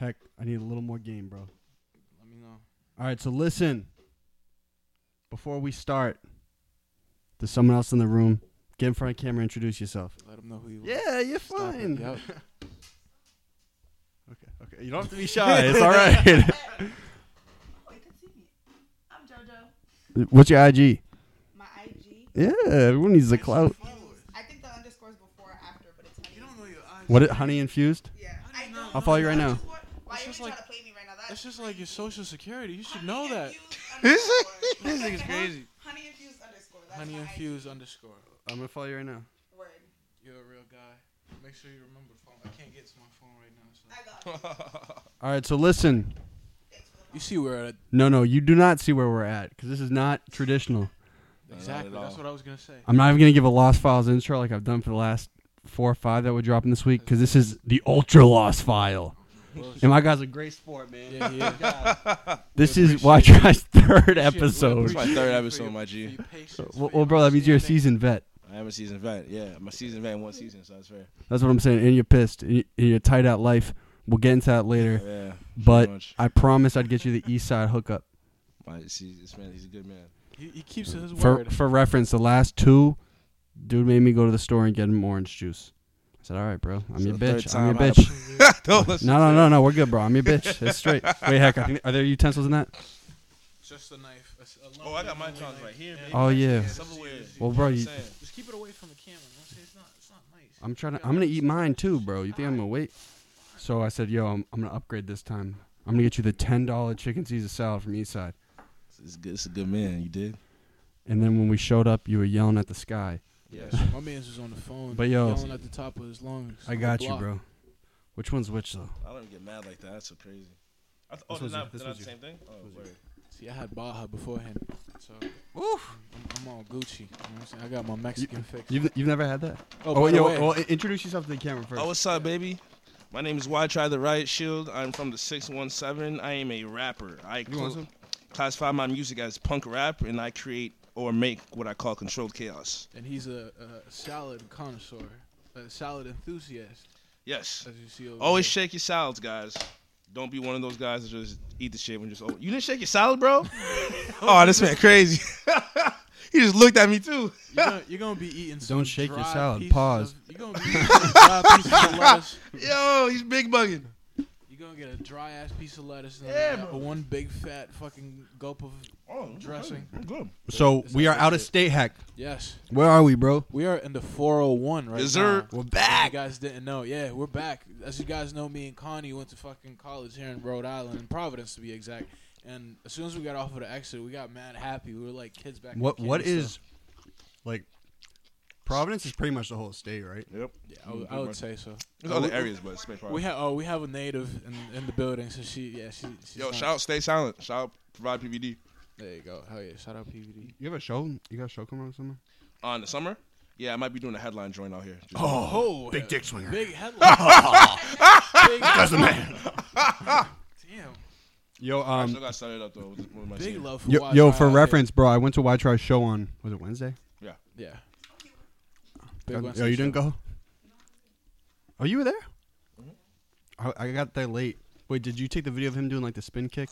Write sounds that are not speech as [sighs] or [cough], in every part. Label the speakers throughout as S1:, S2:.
S1: I need a little more game, bro.
S2: Let me know.
S1: All right, so listen. Before we start, there's someone else in the room. Get in front of camera. Introduce yourself.
S2: Let them know who you
S1: Yeah, you're
S2: are. Stop it.
S1: fine.
S3: [laughs]
S2: Yup.
S1: Okay, okay. You don't have to be shy. [laughs] It's all right.
S4: Oh, you can see me. I'm JoJo.
S1: What's your IG?
S4: My IG.
S1: Yeah, everyone needs the clout.
S4: I think the underscore's before or after, but it's honey.
S2: You don't know your eyes.
S1: What? It, honey infused?
S4: yeah.
S2: I don't know.
S1: I'll follow you right now.
S4: Why are
S2: It's
S4: you
S2: just
S4: trying
S2: like-
S4: to play me right now? That's
S2: That's just like your social security. You should know
S4: honey
S2: that.
S1: [laughs]
S4: infused underscore.
S2: This nigga's crazy.
S4: Honey infused underscore. That's
S2: Honey
S4: my
S2: infused underscore.
S1: I'm gonna follow you right now.
S4: IG. Word.
S2: You're a real guy. Make sure you remember the phone. I can't get to my phone right now.
S4: I got it.
S2: So.
S1: All right, so listen.
S4: Thanks for the
S2: you see where I,
S1: No, no, you do not see where we're at because this is not traditional.
S3: at
S2: exactly. That's
S3: all.
S2: what I was gonna say.
S1: I'm not even gonna give a Lost Files intro like I've done for the last four or five that we're dropping this week because this is the ultra Lost File. And my guy's a
S3: [laughs]
S1: great sport, man.
S2: yeah,
S1: [laughs]
S2: yeah.
S1: This
S2: We
S1: is
S2: appreciate
S1: Watch Guy's [laughs] third
S2: Shit, we
S1: episode.
S3: It's my third
S2: appreciate you for
S3: episode,
S2: your-
S3: my
S2: for your
S3: G.
S2: patience, for
S1: Well,
S2: your
S1: well, bro, that means you're a
S2: understanding.
S1: seasoned vet.
S3: I am a seasoned vet. Yeah, I'm a seasoned vet in one season, so that's fair.
S1: That's what I'm saying. And you're pissed. And you- and you're tight out life. We'll get into that later.
S3: Yeah.
S1: But
S3: pretty much.
S1: I promise I'd get you the East Side hookup.
S3: my, see, this man, he's a good man.
S2: He, he keeps his
S1: For [laughs]
S2: word.
S1: for reference, the last two, dude made me go to the store and get him orange juice. I said, "All right, bro. I'm
S3: So
S1: your
S3: the third
S1: bitch. I'm your
S3: time I had
S1: bitch." [laughs]
S3: Don't listen.
S1: No, no, no, no. We're good, bro. I'm your bitch. That's straight. Wait, heck, I think, are there utensils
S3: [laughs]
S1: in that?
S2: Just a knife. a s- a
S3: Oh,
S2: long
S3: I got my
S2: knife,
S3: Johns
S2: like-
S3: right here,
S2: yeah,
S3: baby.
S1: Oh yeah.
S2: yeah,
S3: Silverware.
S2: just-
S1: Well, bro, you,
S3: Saying.
S2: Just keep it away from the camera. Don't say it's not. It's not nice.
S1: I'm trying to. I'm gonna eat mine too, bro. You think I'm gonna wait? So I said, "Yo, I'm, I'm gonna upgrade this time. I'm gonna get you the ten dollar chicken Caesar salad from Eastside."
S3: It's good. It's a good man. You did.
S1: And then when we showed up, you were yelling at the sky.
S3: Yeah.
S2: my man's was on the phone.
S1: But yo-
S2: yelling at the top of his lungs.
S1: I got you, bro. Which one's which though?
S3: I don't even get mad like that. That's so crazy. I th-
S1: This was you. This
S3: they're
S1: was you.
S3: thing. Oh, word.
S2: See, I had Baja beforehand, so
S1: Oof.
S2: I'm, I'm all Gucci. You know what I'm saying? I got my Mexican fix.
S1: You've, you've never had that?
S2: oh, by the
S1: yo,
S2: way,
S1: well, i- introduce yourself to the camera first.
S3: Oh, what's up, baby? My name is Why Try the Riot Shield. I'm from the 617. I am a rapper. I
S1: You want
S3: cl- classify my music as punk rap, and I create or make what I call controlled chaos.
S2: and he's a, a salad connoisseur, a salad enthusiast,
S3: Yes.
S2: as you see over
S3: Always
S2: here.
S3: shake your salads, guys. Don't be one of those guys that just eat the shit when just. Oh, you didn't shake your salad, bro? [laughs] oh, this man crazy. [laughs] he just looked at me too. [laughs]
S2: You're gonna, you're gonna be eating. Some
S1: Don't shake your
S2: dry
S1: salad.
S2: pieces
S1: Pause.
S2: Of, you're gonna be eating some
S1: [laughs]
S2: dry pieces of lettuce.
S3: Yo, he's big bugging.
S2: You're gonna get a dry ass piece of lettuce and
S3: Yeah,
S2: then
S3: bro.
S2: one big fat fucking gulp of
S3: Oh,
S2: Dressing.
S3: I'm good.
S1: So
S2: It's
S1: we are
S2: not
S1: out of
S2: legit.
S1: state hack.
S2: yes.
S1: Where are we, bro?
S2: We are in the 401 right
S3: Dessert.
S2: now.
S1: We're
S2: If
S1: back.
S2: You guys didn't know. Yeah, we're back. As you guys know, me and Connie went to fucking college here in Rhode Island, in Providence to be exact. And as soon as we got off of the exit, we got mad happy. We were like kids back. in
S1: What
S2: the
S1: what
S2: candy
S1: is
S2: store.
S1: like Providence is pretty much the whole state, right?
S3: Yep.
S2: Yeah, I would, I would say so.
S3: There's other areas, but it's big
S2: We have oh, we have a native in, in the building, so she yeah she. She's
S3: Yo,
S2: not-
S3: shout out, stay silent. Shout out, provide PVD.
S2: There you go. Hell yeah, shout out PVD.
S1: You have a show? You got a show coming on somewhere?
S3: On Uh, the summer? Yeah, I might be doing a headline joint out here. Just-
S2: Oh,
S1: Big
S2: uh,
S1: dick swinger. [laughs]
S2: Big headline. big, [laughs]
S1: the man.
S2: damn.
S1: Yo,
S3: I
S1: um,
S3: still got started up though. With, with my
S2: Big
S3: team.
S2: love for
S1: yo,
S2: Wise
S1: yo,
S2: Guy
S1: for
S2: out here.
S1: reference, bro, I went to Why Try show on was it Wednesday?
S2: Yeah.
S1: Oh,
S2: Big
S1: yo, you didn't go? Oh, you were there? Oh, I, I got there late. Wait, did you take the video of him doing like the spin kick?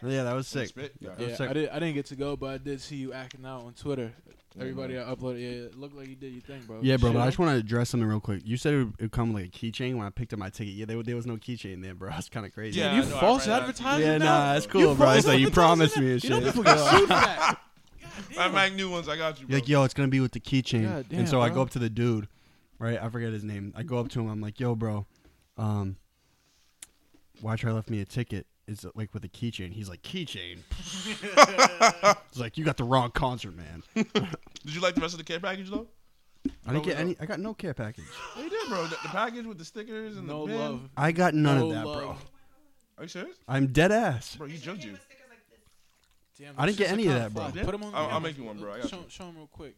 S4: Yeah.
S1: Yeah, that was sick.
S3: Spit? Yeah.
S1: Yeah.
S2: Yeah,
S1: sec-
S2: I, did, I didn't get to go, but I did see you acting out on Twitter. Everybody I uploaded, yeah, it looked like you did your thing, bro.
S1: Yeah, bro.
S2: Shit,
S1: But I
S2: I'm-
S1: just want to address something real quick. You said it would, it would come with like a keychain when I picked up my ticket. Yeah, there, there was no keychain there, bro. [laughs] That's kind of crazy.
S3: Yeah,
S2: you
S3: I know, I
S2: false
S3: ran out of-
S2: advertising
S1: Yeah,
S2: now?
S1: nah, it's cool,
S2: you
S1: bro. It's
S2: false
S1: like you
S2: advertising
S1: promised
S2: that?
S1: me and
S2: You know
S1: shit.
S2: people get sued for that.
S3: I mag new ones. I got you.
S1: You're
S3: Bro.
S1: like, yo, it's gonna be with the keychain.
S2: God damn,
S1: and so I
S2: bro.
S1: go up to the dude, right? I forget his name. I go up to him. I'm like, yo, bro, um, Watcher left me a ticket. It's uh, like with a keychain. He's like, keychain. [laughs] It's like you got the wrong concert, man.
S3: Did you like the rest of the care package though?
S1: I didn't get any. I got no care package.
S3: Yeah, you did, bro. The, the package with the stickers and
S2: No
S3: the pin.
S2: love.
S1: I got none
S2: No
S1: of that, bro.
S2: love.
S3: Are you serious,
S1: I'm dead ass.
S3: bro? You jumped you.
S2: Damn,
S1: I
S2: those
S1: didn't get
S2: shits are
S1: any of
S2: kinda
S1: that, bro.
S2: fly.
S3: Yeah?
S2: Put them on.
S3: I'll-
S2: the
S3: I'll
S2: camera.
S3: make you one, bro. I got
S2: show,
S3: you.
S2: them real quick.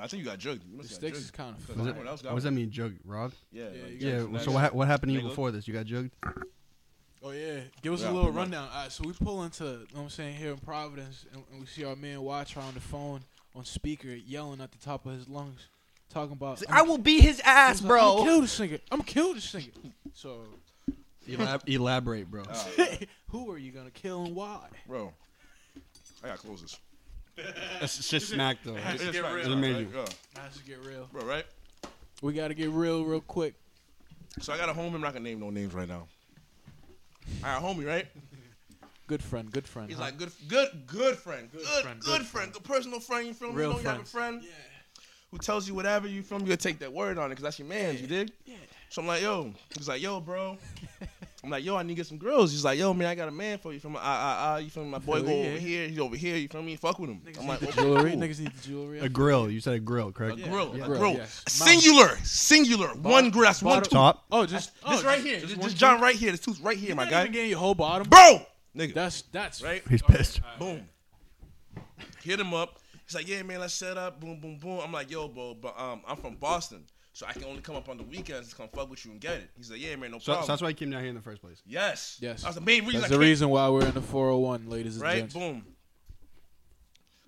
S3: I think you got jugged. You
S2: The
S3: must have got
S2: sticks is
S3: jugged.
S2: kind of.
S3: Was
S1: Was
S2: fly.
S1: it,
S3: What else got
S1: what does that mean, jug, Rob?
S3: Yeah.
S2: Yeah,
S3: like,
S2: you
S1: Yeah.
S2: got
S1: So what, hap- what happened to you
S3: Nigga.
S1: before this? You got jugged?
S2: Oh yeah, give us
S3: Yeah,
S2: a little
S3: pretty much.
S2: rundown. All right, so we pull into, you know what I'm saying, here in Providence, and, and we see our man Watcher on the phone on speaker yelling at the top of his lungs, talking about. "I'm-
S1: will beat his
S2: he's
S1: ass,
S3: [laughs]
S2: like, I'm gonna kill this nigga. I'm gonna kill this nigga. So
S1: Elab- elaborate, bro.
S3: Uh,
S2: Who are you gonna kill and why?
S3: bro, I
S2: [laughs]
S3: gotta close this.
S1: That's it's just smack
S3: [laughs]
S1: though. It's-
S3: It's fine,
S1: real.
S3: it's fine,
S1: Let me
S3: right?
S1: do.
S3: Yeah,
S2: Let's just get real.
S3: bro, right?
S2: We gotta get real, real quick.
S3: So I got a homie. I'm not gonna name no names right now. I got a homie, right?
S2: Good friend, good friend.
S3: He's
S2: huh?
S3: like good, good, good friend, good, good friend,
S2: friend,
S3: good,
S2: Uh-huh. good
S3: friend. personal friend. You feel me?
S2: Real
S3: you know you have a
S2: friends.
S3: friend
S2: yeah,
S3: who tells you whatever you feel me. You take that word on it because that's your man's. You dig?
S2: yeah.
S3: So I'm like, yo. He's like, yo, bro. I'm like, yo, I need to get some girls. He's like, yo, man, I got a man for you. From ah ah ah. You feel me? My boy
S2: Hell
S3: go
S2: yeah.
S3: over here. He's over here. You feel me? Fuck with him.
S2: Niggas
S3: I'm
S2: need
S3: like,
S2: the
S3: okay,
S2: jewelry.
S3: cool.
S2: Niggas need the jewelry.
S1: A grill. You said a grill,
S3: A
S1: correct?
S3: grill,
S2: Yeah.
S3: a
S2: Grill,
S3: grill,
S2: yes.
S3: A singular, singular, one grill. That's one
S2: bottom-
S3: tooth.
S1: Top.
S2: Oh, just oh,
S3: This right here,
S2: one
S3: this
S2: kid?
S3: John right here. This tooth right here,
S2: You're
S3: my
S2: not
S3: guy.
S2: even getting your whole bottom.
S3: Bro, nigga,
S2: That's that's
S3: right?
S1: He's pissed.
S3: Boom. Hit him up. He's like, yeah, man, let's set up. Boom, boom, boom. I'm like, yo, bro, but um, I'm from Boston, so I can only come up on the weekends to come fuck with you and get it. He's like, yeah, man, no
S1: So,
S3: problem.
S1: so that's why he came down here in the first place.
S3: yes,
S2: Yes.
S3: That's the main reason.
S2: That's
S3: I
S2: the
S3: came-
S2: reason why we're in the 401, ladies and
S3: right?
S2: gents.
S3: Boom.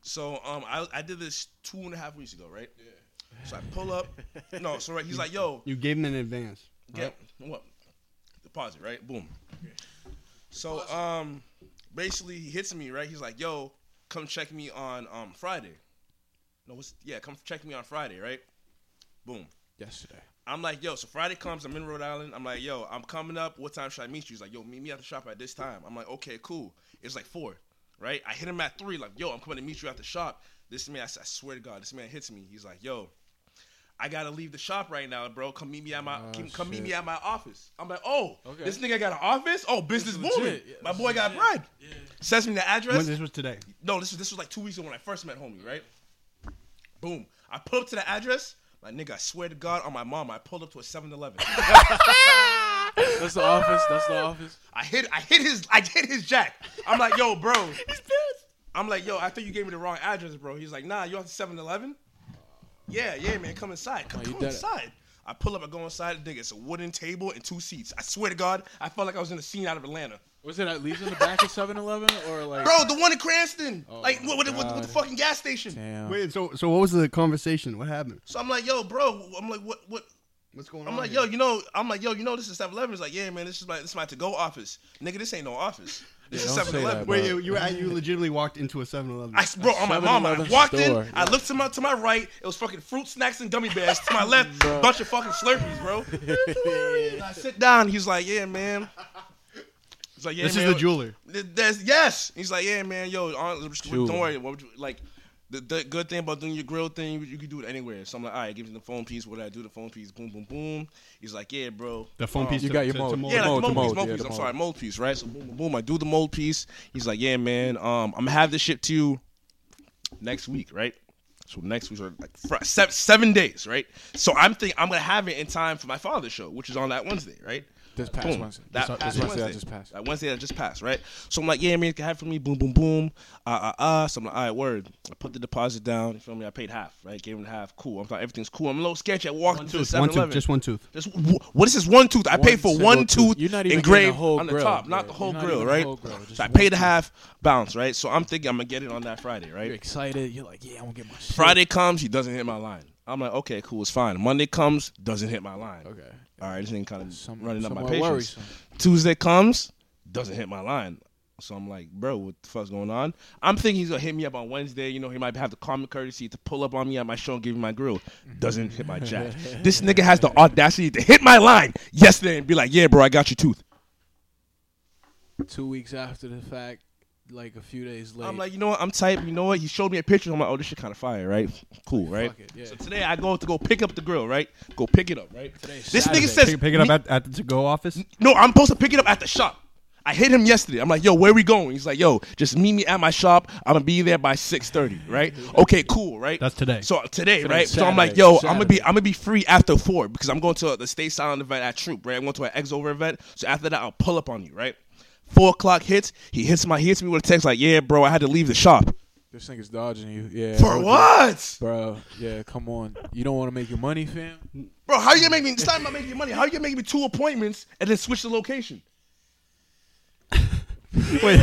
S3: So um, I I did this two and a half weeks ago, right? So I pull up. no, so right, he's like, yo,
S1: You gave him an advance.
S3: Get what? Deposit, right? Boom. So um basically he hits me, right? He's like, yo, come check me on um Friday. No, what's yeah, come check me on Friday, right? Boom.
S2: Yesterday.
S3: I'm like, yo, so Friday comes, I'm in Rhode Island. I'm like, yo, I'm coming up. What time should I meet you? He's like, yo, meet me at the shop at this time. I'm like, okay, cool. It's like four, right? I hit him at three, like, yo, I'm coming to meet you at the shop. This man, I, s- I swear to God, this man hits me. He's like, yo, I gotta leave the shop right now, bro. Come meet me at my
S2: Ah,
S3: come, come meet
S2: shit.
S3: me at my office. I'm like, oh,
S2: Okay.
S3: this nigga got an office? Oh, business
S2: This is
S3: booming.
S2: legit. Yeah,
S3: my
S2: this
S3: boy
S2: is
S3: got
S2: legit.
S3: bread.
S2: Yeah.
S3: Sends me the address.
S1: When this was today.
S3: No, this was this was like two weeks ago when I first met homie, right? Boom. I pull up to the address. My nigga, I swear to God on my mom, I pulled up to a 7-Eleven.
S2: That's the office. That's the office.
S3: I hit I hit his I hit his jack. I'm like, yo, bro. I'm like, yo, I think you gave me the wrong address, bro. He's like, nah, you off the 7-Eleven? Yeah, yeah, man. Come inside. Come,
S2: Oh, you
S3: come
S2: did it.
S3: inside. I pull up, I go inside, nigga, it's a wooden table and two seats. I swear to God, I felt like I was in a scene out of Atlanta.
S2: Was it at least in the back of 7-Eleven or like?
S3: Bro, the one in Cranston.
S2: Oh
S3: like
S2: my
S3: with, with, with, with
S2: God.
S3: the fucking gas station.
S2: Damn.
S1: Wait, so so what was the conversation? What happened?
S3: So I'm like, yo, bro, I'm like, what what
S1: What's going
S3: I'm like, yo, you know, I'm like, yo, you know, this is 7-Eleven. He's like, yeah, man, this is my this is my to go office, nigga. This ain't no office. This
S2: Yeah,
S3: is
S2: don't say
S3: 7-Eleven.
S2: that,
S3: Wait,
S1: Wait, you you, you legitimately walked into a 7-Eleven.
S3: I, bro, on my mom, I
S2: 7-Eleven
S3: walked
S2: store,
S3: in, I looked to my to my right, it was fucking fruit snacks and gummy bears.
S2: [laughs]
S3: to my left,
S2: Bro.
S3: bunch of fucking Slurpees,
S2: [laughs]
S3: bro. I sit down. He's like, yeah, man. He's like, yeah,
S1: this
S3: man.
S1: is the jeweler.
S3: Th- That's, yes. He's like, yeah, man, yo, on,
S2: True.
S3: don't worry. What would you, like, the, the good thing about doing your grill thing, you, you can do it anywhere. So I'm like, all right, give me the phone piece. What did I do? The phone piece, boom, boom, boom. He's like, yeah, bro.
S1: The phone
S3: Um,
S1: piece.
S2: You
S1: to-
S2: got your
S1: to-
S2: mold.
S1: to mold.
S3: Yeah, like
S2: mold,
S3: the mold,
S2: the
S3: piece, mold
S2: mold, yeah,
S3: piece.
S2: the
S3: I'm
S2: mold.
S3: sorry, mold piece, right? So boom, boom, boom. I do the mold piece. He's like, yeah, man. Um, I'm gonna have this shit to you next week, right? So next week, or like fr- se- seven days, right? So I'm thinking I'm gonna have it in time for my father's show, which is on that Wednesday, right?
S2: This past
S3: Boom.
S2: Wednesday.
S3: That
S2: This- uh,
S3: past
S2: this Wednesday
S3: Wednesday
S2: that just passed.
S3: That Wednesday that just passed, right? So I'm like, yeah, man, you can have it for me. Boom, boom, boom. Uh, uh, uh. So I'm like, all right, word. I put the deposit down. You feel me? I paid half, right? Gave him half. Cool. I'm like, everything's cool. I'm a little sketchy. I walked into a
S1: One
S3: 7
S1: tooth,
S3: Eleven.
S1: just one tooth.
S3: This, wh- what is this one tooth? I
S2: One
S3: paid for
S2: single
S3: one
S2: tooth.
S3: tooth
S2: You're not even getting
S3: engraved
S2: the whole
S3: on the
S2: grill,
S3: top,
S2: yeah.
S3: not the whole
S2: You're not
S3: grill,
S2: even the
S3: right?
S2: whole grill, just
S3: so I
S2: one
S3: paid the half bounce, right? So I'm thinking I'm gonna get it on that Friday, right?
S2: You're excited. You're like, yeah, I'm gonna get my shit.
S3: Friday comes, he doesn't hit my line. I'm like, okay, cool, it's fine. Monday comes, doesn't hit my line.
S2: Okay.
S3: All right, this thing kind of
S2: Some,
S3: running up my
S2: somewhat
S3: patience.
S2: worrisome.
S3: Tuesday comes, doesn't hit my line. So I'm like, bro, what the fuck's going on? I'm thinking he's gonna hit me up on Wednesday. You know, he might have the common courtesy to pull up on me at my show and give me my grill. Doesn't hit my
S2: [laughs]
S3: jack. this nigga has the audacity to hit my line yesterday and be like, yeah, bro, I got your tooth.
S2: Two weeks after the fact, like a few days later.
S3: I'm like, you know what? I'm type. You know what? He showed me a picture. I'm like, oh, this shit kind of fire, right? Cool, right?
S2: it, yeah.
S3: So today I go to go pick up the grill, right? Go pick it up, right?
S2: Today's
S3: this
S2: Saturday.
S3: nigga says,
S1: Pick, pick it up
S3: me-
S1: at, at the to-go
S3: [laughs]
S1: office.
S3: No, I'm supposed to pick it up at the shop. I hit him yesterday. I'm like, yo, where we going? He's like, yo, just meet me at my shop. I'm gonna be there by 6:30, right? Okay, cool, right?
S1: That's today.
S3: So today, right?
S2: Today's
S3: So I'm like,
S2: Saturday.
S3: yo, I'm gonna be
S2: Saturday.
S3: I'm gonna be free after four because I'm going to the Stay Silent event at Troop, right? I'm going to an X Over event. So after that, I'll pull up on you, right? Four o'clock hits. He hits my he hits me with a text like, yeah, bro, I had to leave the shop.
S2: this nigga's dodging you. Yeah.
S3: For
S2: okay.
S3: what?
S2: Bro, yeah, come on. You don't want to make your money, fam.
S3: Bro, how you gonna make me it's not about making money? How you gonna make me two appointments and then switch the location?
S1: Wait,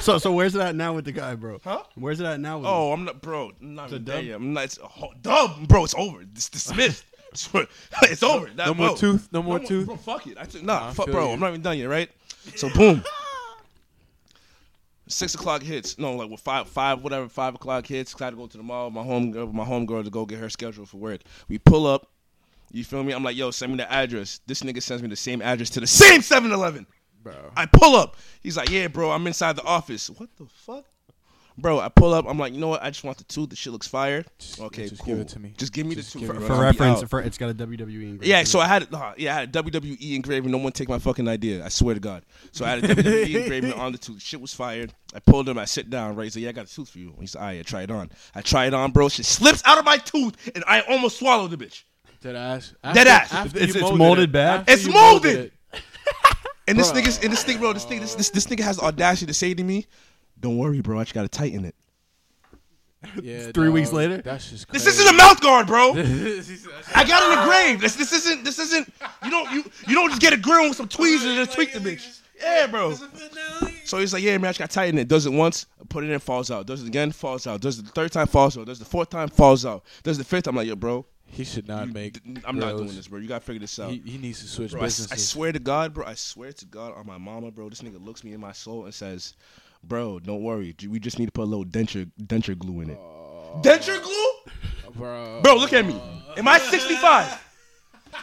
S1: so so where's it at now with the guy, bro?
S3: Huh?
S1: Where's it at now? With him?
S3: Oh, I'm Oh, not, bro. I'm not
S1: a
S3: even there
S1: dub?
S2: [laughs]
S3: yet. I'm not. It's a ho- dub, bro. It's over. It's dismissed. it's over. That-
S2: No more
S3: bro.
S2: tooth. No more
S3: No
S2: tooth.
S3: Bro, fuck it. I took, nah,
S2: Nah, I
S3: fuck,
S2: feel
S3: bro.
S2: you.
S3: I'm not even done yet, right? So boom. [laughs] Six o'clock hits. No, like with five, five, whatever. Five o'clock hits. 'cause I had to go to the mall. with My home, girl- my home girl to go get her schedule for work. We pull up. You feel me? I'm like, yo, send me the address. This nigga sends me the same address to the same 7-Eleven.
S2: Bro.
S3: I pull up. He's like, yeah, bro, I'm inside the office. What the fuck? Bro, I pull up. I'm like, you know what? I just want the tooth. The shit looks fire.
S2: Just- yeah,
S3: Okay,
S2: just
S3: cool.
S2: give it to me.
S3: Just give me
S2: Just
S3: the
S2: give
S3: tooth.
S2: it to me.
S3: bro.
S1: For
S3: I'll be
S1: reference,
S3: out.
S1: for, it's got a E WWE engraving.
S3: Yeah, so I had uh, yeah, I had a WWE engraving. No one take my fucking idea. I swear to God. So I had a
S1: [laughs]
S3: WWE engraving on the tooth. Shit was fired. I pulled him. I sit down. Right, he's like, "Yeah, I got a tooth for you." He's like, "All right, yeah, try it on." I try it on, bro. Shit slips out of my tooth, and I almost swallowed the bitch.
S2: Dead ass.
S3: Dead ass.
S2: you
S1: It's- it's
S2: molded
S1: molded
S2: it.
S1: back?
S2: After
S3: It's
S2: you
S3: molded. [laughs]
S2: it.
S3: And this
S2: Bro.
S3: nigga's and this thing, bro. This thing, this, this this nigga has the audacity to say to me, "Don't worry, bro. I just gotta tighten it."
S2: Yeah,
S1: Three
S2: dog,
S1: weeks later?
S2: That's just crazy.
S3: This isn't a mouth guard, bro.
S2: a.
S3: [laughs] I got it engraved. This this isn't this isn't. You don't you you don't just get a grill with some tweezers and tweak the bitch. Yeah, bro. So he's like, yeah, man, I just got tighten it. Does it once, put it in, falls out. Does it again, falls out. Does it the third time, falls out. Does it the fourth time, falls out. Does it the fifth, I'm like, yo, bro,
S2: he should not
S3: you-
S2: make.
S3: th- I'm not
S2: grills.
S3: doing this, bro. You gotta figure this out.
S2: He, he needs to switch
S3: Bro, I, s-
S2: businesses.
S3: I swear to God, bro. I swear to God on my mama, bro. This nigga looks me in my soul and says, "Bro, don't worry. We just need to put a little denture denture glue in it." denture glue?
S2: bro.
S3: Bro, look at me. Am I 65?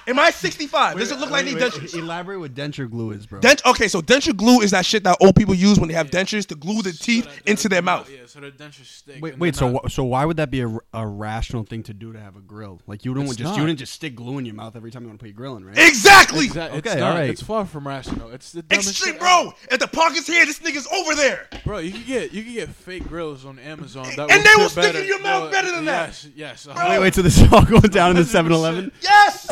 S3: Am I 65? Does it look like I need dentures?
S1: Elaborate what denture glue is, bro.
S3: Dent- okay, so denture glue is that shit that old people use when they have dentures to glue the teeth into their mouth.
S2: Yeah, so the dentures stick.
S1: Wait, wait. So,
S3: uh,
S1: wh- so why would that be a, r- a rational thing to do to have a grill? Like you wouldn't
S2: It's
S1: just
S2: not.
S1: you wouldn't just stick glue in your mouth every time you want to put your grill in, right?
S3: Exactly.
S2: Exactly.
S1: Okay,
S2: it's not,
S1: alright.
S2: It's far from rational. It's the dumbest
S3: Extreme,
S2: shit
S3: bro. If the pocket's here, this nigga's over there.
S2: ever. Bro, you can get you can get fake grills on Amazon. That
S3: And they
S2: fit
S3: will stick in
S2: better.
S3: your mouth
S2: No,
S3: better than that.
S2: yes, that. Yes, yes.
S1: Wait, wait. So this is all going down in the 7-Eleven.
S3: Yes.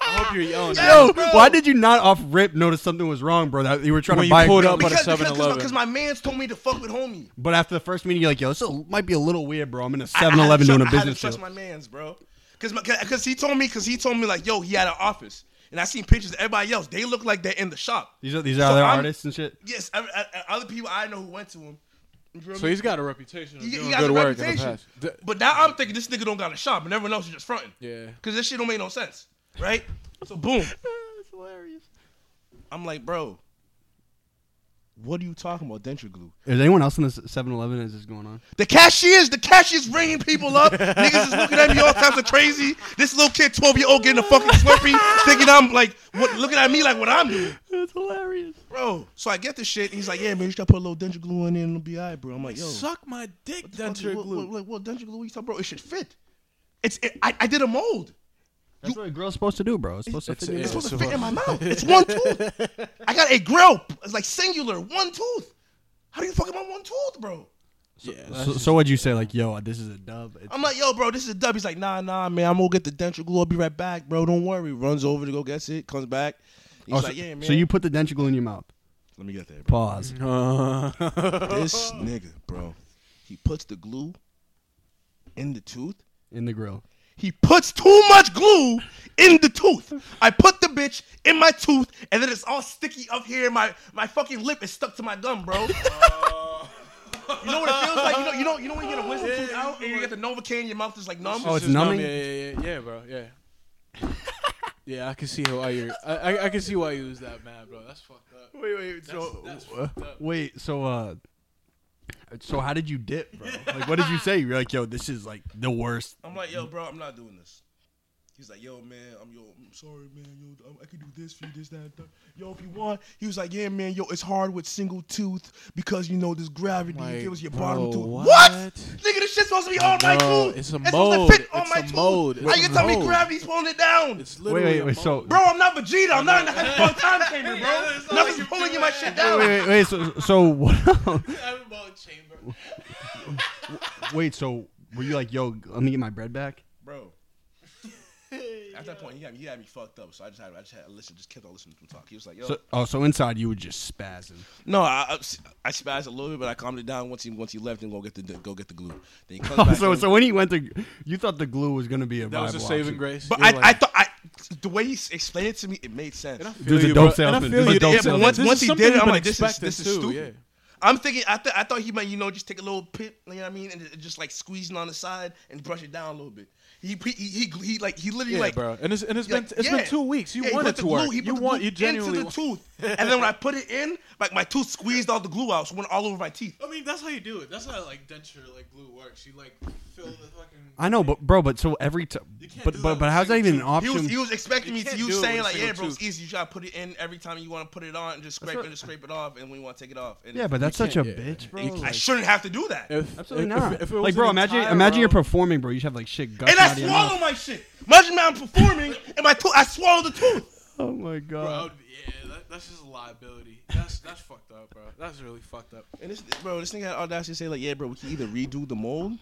S2: I hope you're yelling.
S3: Yo,
S2: at
S1: Yo,
S2: me.
S3: Bro.
S1: why did you not off rip notice something was wrong, bro? That you were trying
S2: When
S1: to
S2: you
S1: buy a
S2: pulled
S1: grill.
S2: up on a
S3: because, because, because,
S2: 7-Eleven.
S3: because my man's told me to fuck with homie.
S1: But after the first meeting, you're like, yo, this is- might be a little weird, bro. I'm in a
S3: I- I had to
S1: 7 Eleven doing
S3: trust-
S1: a business
S3: I had to trust
S1: deal.
S3: my man's, bro. Cause, my, cause he told me, cause he told me like, yo, he had an office, and I seen pictures of everybody else. They look like they're in the shop.
S1: These are these are
S3: So
S1: other
S3: I'm-
S1: artists and
S3: [laughs]
S1: shit.
S3: Yes, I, I, I- other people I know who went to him. You feel
S2: So
S3: me?
S2: he's got a reputation of
S3: He- he
S2: doing
S3: got
S2: good
S3: the
S2: work in the
S3: reputation.
S2: past. D-
S3: But now I'm thinking this nigga don't got a shop, and everyone else is just fronting.
S2: Yeah.
S3: Cause this shit don't make no sense, right? So boom, I'm like, bro, what are you talking about, denture glue?
S1: Is anyone else in the 7 Eleven as this is going on?
S3: The cashiers, the cashiers ringing people up. Niggas is looking at me all types of crazy. This little kid, 12 year old, getting a fucking Slurpee, thinking I'm like, what, looking at me like what I'm doing.
S1: That's hilarious.
S3: Bro, so I get this shit, and he's like, yeah, man, you gotta put a little denture glue in there and it'll be all right, bro. I'm like, yo.
S2: Suck my dick,
S3: Fuck you,
S2: denture
S3: what-
S2: glue.
S3: What, what, what denture glue you talking, bro? It should fit. It's it, I, I did a mold.
S1: That's what a girl's supposed to do, bro. It's supposed to
S2: It's-
S1: fit in your
S2: it's
S3: It's
S1: mouth.
S3: supposed
S2: so-
S3: to fit in my mouth. It's one tooth. I got a grill. It's like singular, one tooth. How do you fucking want one tooth, bro?
S2: Yeah, that's
S1: So,
S2: just-
S1: so what'd you say? Like, yo, this is a dub. It's-
S3: I'm like, yo, bro, this is a dub. He's like, nah, nah, man, I'm gonna get the denture glue. I'll be right back, bro. Don't worry. Runs over to go gets it. Comes back. He's
S1: Oh, so,
S3: like, yeah, man.
S1: so you put the denture glue in your mouth.
S3: let me get there, bro.
S2: [laughs]
S1: Pause. [laughs]
S3: This nigga, bro, he puts the glue in the tooth.
S1: Mm-hmm. In the grill.
S3: He puts too much glue in the tooth. I put the bitch in my tooth, and then it's all sticky up here. My my fucking lip is stuck to my
S1: [laughs]
S3: gum, bro. you know what it feels like? You know, you know, you know when you get a wisdom tooth out and you get the Novocaine, your mouth is like numb.
S1: Oh, it's
S2: just
S1: numbing?
S2: Yeah, yeah, yeah, yeah, bro.
S3: [laughs]
S2: Yeah. yeah, I can see why you're. I, I, I can see why you was that mad, bro. That's fucked up.
S1: Wait, wait.
S2: so- That's- that's fucked up.
S1: wait. So, uh, so how did you dip, bro? Like, what did you say? You're like, yo, this is like the worst.
S3: I'm like,
S2: Mm-hmm.
S3: yo, bro, I'm not doing this. He's like, yo, man, I'm yo, I'm sorry, man, yo, I- I can do this for you, this, that, that. Yo, if you want, he was like, yeah, man, yo, it's hard with single tooth because you know this gravity.
S2: Like,
S3: it gives your
S2: bro,
S3: bottom tooth.
S2: what?
S3: What? Nigga, this shit's supposed to be on my
S2: No,
S3: tooth.
S2: it's a
S3: supposed
S2: mold.
S3: to fit on
S2: It's
S3: my
S2: a
S3: tooth.
S2: mold.
S3: How
S2: It's
S3: you
S2: a
S3: tell me
S2: mold.
S3: gravity's pulling it down?
S2: It's literally.
S1: wait,
S2: a
S1: wait,
S2: mo-
S1: so-
S3: Bro, I'm not Vegeta. I'm not in the hyperbolic time chamber,
S2: [laughs]
S3: bro. Nothing's pulling in my shit
S1: [laughs]
S3: down.
S1: Wait, wait, wait. So, so what? [laughs]
S2: chamber.
S1: wait. So were you like, yo, let me get my bread back?
S2: [laughs]
S3: Bro. At that point, he had, me, he had me fucked up, so I just had, I just had to listen, just kept on listening to him talk. He was like, "Yo,
S1: So, oh, so inside you would just spasm.
S3: No, I, I I spazzed a little bit, but I calmed it down once he once he left and go get the go get the glue. Then he comes
S1: Oh,
S3: back.
S1: [laughs] so,
S3: in.
S1: so when he went to, you thought the glue was gonna be a
S2: That was a
S1: viable
S2: saving
S1: option.
S2: grace.
S3: but
S2: You're
S3: I,
S2: like-
S3: I thought I the way he s- explained it to me, it made sense.
S2: And I feel
S1: Dude's a
S2: you,
S1: dope
S2: bro. And I
S1: salesman.
S2: feel
S1: Dude's a
S2: you.
S1: dope
S2: Yeah, but
S1: salesman.
S2: once-
S3: This
S2: once
S3: is
S2: he
S3: something
S2: did it,
S3: you've
S2: I'm
S3: been
S2: like, this is
S3: expecting
S2: this is
S3: too,
S2: stupid.
S3: I'm thinking I, th- I thought he might you know just take a little pit, you know what I mean, and it- just like squeezing on the side and brush it down a little bit. He he he, he, he like he literally
S2: Yeah,
S3: like
S2: bro. And it's and it's
S3: like,
S2: been it's
S3: yeah.
S2: been two weeks. You
S3: Yeah, he
S2: wanted
S3: put the
S2: to work.
S3: glue- he put
S2: you
S3: the
S2: want
S3: glue
S2: you genuinely
S3: into the tooth, and then when I put it in, like my tooth squeezed all the glue out, so it went all over my teeth.
S2: I mean, that's how you do it. That's how like denture like glue works. You like fill the fucking.
S1: I know, but bro, but so every time,
S2: You can't
S1: but
S2: do
S1: but
S2: that
S1: but
S2: with
S1: how's that
S2: single
S1: even an
S3: He
S1: option?
S3: was, he was expecting
S2: You
S3: me to.
S2: can't
S3: He
S2: do it
S3: was
S2: with
S3: saying
S2: a
S3: like, "Yeah,
S2: single
S3: bro, it's
S2: tooth.
S3: easy. You gotta put it in every time you want to put it on, and just scrape
S1: what-
S3: it, and just scrape it off, and when you want to take it off." And
S1: yeah, but that's such a
S2: can't get-
S1: bitch, bro.
S3: I
S1: Like,
S3: shouldn't have to do that.
S2: If,
S1: absolutely
S2: if-
S1: not.
S2: If, if it was
S1: like, bro,
S2: an
S1: imagine
S2: entire
S1: imagine you're
S2: row-
S1: performing, bro. You should have like shit gushing
S3: uh, and I
S1: out of your mouth.
S3: swallow my shit. Imagine now I'm performing, and my tooth, I swallow the tooth.
S1: Oh my god.
S2: Bro, I would- yeah, that, that's just a liability. That's that's fucked up, bro. That's really fucked up.
S3: And this, bro, this thing had audacity to say like, "Yeah, bro, we can either redo the mold,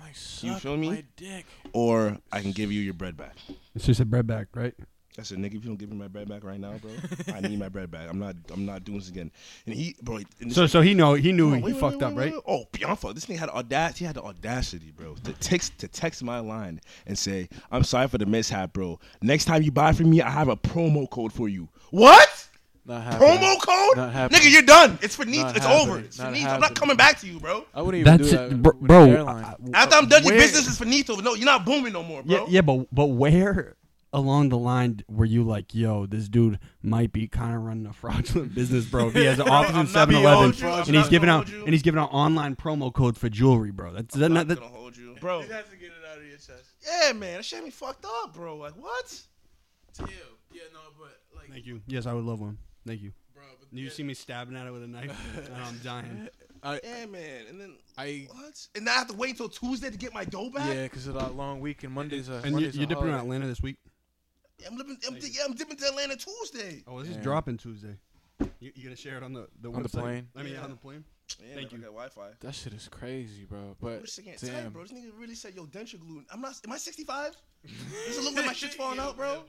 S2: Like, suck
S3: feel me?
S2: My dick.
S3: or I can give you your bread back."
S1: It's just a bread bag, right?
S3: I said, nigga, if you don't give me my bread back right now, bro, I need my bread back. I'm not, I'm not doing this again. And he, bro, and this
S1: So so he know he knew
S3: Hold
S1: he
S3: on, wait, wait,
S1: fucked
S3: wait,
S1: up,
S3: wait,
S1: right?
S3: wait. Oh, beyond fuck. This thing had audacity. He had the audacity, bro, to text to text my line and say, "I'm sorry for the mishap, bro. Next time you buy from me, I have a promo code for you." What?
S2: Not happening.
S3: Promo code?
S2: Not happening.
S3: Nigga, you're done. It's for Nietzsche.
S2: Not
S3: It's
S2: happening.
S3: over. It's for
S2: Not
S3: Nietzsche. I'm not
S2: happening.
S3: coming back to you, bro.
S2: I wouldn't even
S1: That's
S2: do that.
S1: it,
S2: with-
S1: bro.
S2: with an
S1: bro
S2: airline.
S1: I-
S3: After I'm done, your
S2: Where-
S3: business is finito. No, you're not booming no more, bro.
S1: Yeah, yeah, but but where along the line were you like, yo, this dude might be kind of running a fraudulent business, bro? If he
S3: [laughs]
S1: has an office in
S3: I'm not
S1: 7-Eleven
S3: gonna hold you.
S1: and he's
S3: I'm
S1: giving
S3: not
S1: out
S3: gonna hold you.
S1: and he's giving out online promo code for jewelry, bro. That's that,
S3: I'm
S1: not,
S3: not
S1: that,
S3: gonna hold you, bro.
S2: You have to get it out of your chest.
S3: Yeah, man, that shit had me fucked up, bro. Like what?
S2: Ew. Yeah, no, but like,
S1: Thank you. Yes, I would love one. Thank you.
S2: bro. But
S1: You
S2: that-
S1: see me stabbing at it with a
S3: [laughs]
S1: knife, and I'm dying.
S2: I,
S3: Yeah, man. And then
S2: I,
S3: what? And now I have to wait until Tuesday to get my dough back.
S2: yeah, because of that long week and Mondays are.
S1: And you,
S2: Mondays
S1: you're
S2: are
S1: dipping in
S2: holiday.
S1: Atlanta this week?
S3: I'm dipping, I'm, di- yeah, I'm dipping to Atlanta Tuesday.
S1: Oh, this
S2: Yeah.
S1: is dropping Tuesday. You, you gonna share it on the the
S2: On the
S1: website?
S2: plane?
S1: I mean,
S3: Yeah.
S1: on the plane.
S3: Yeah,
S1: Thank
S3: I
S1: you.
S3: got Wi-Fi.
S2: That shit is crazy, bro.
S3: I'm
S2: But
S3: just getting tight,
S2: damn,
S3: bro. This nigga really said, "Yo, denture glue." I'm not. Am I
S2: [laughs]
S3: 65? Does it look like my shit's falling out, bro?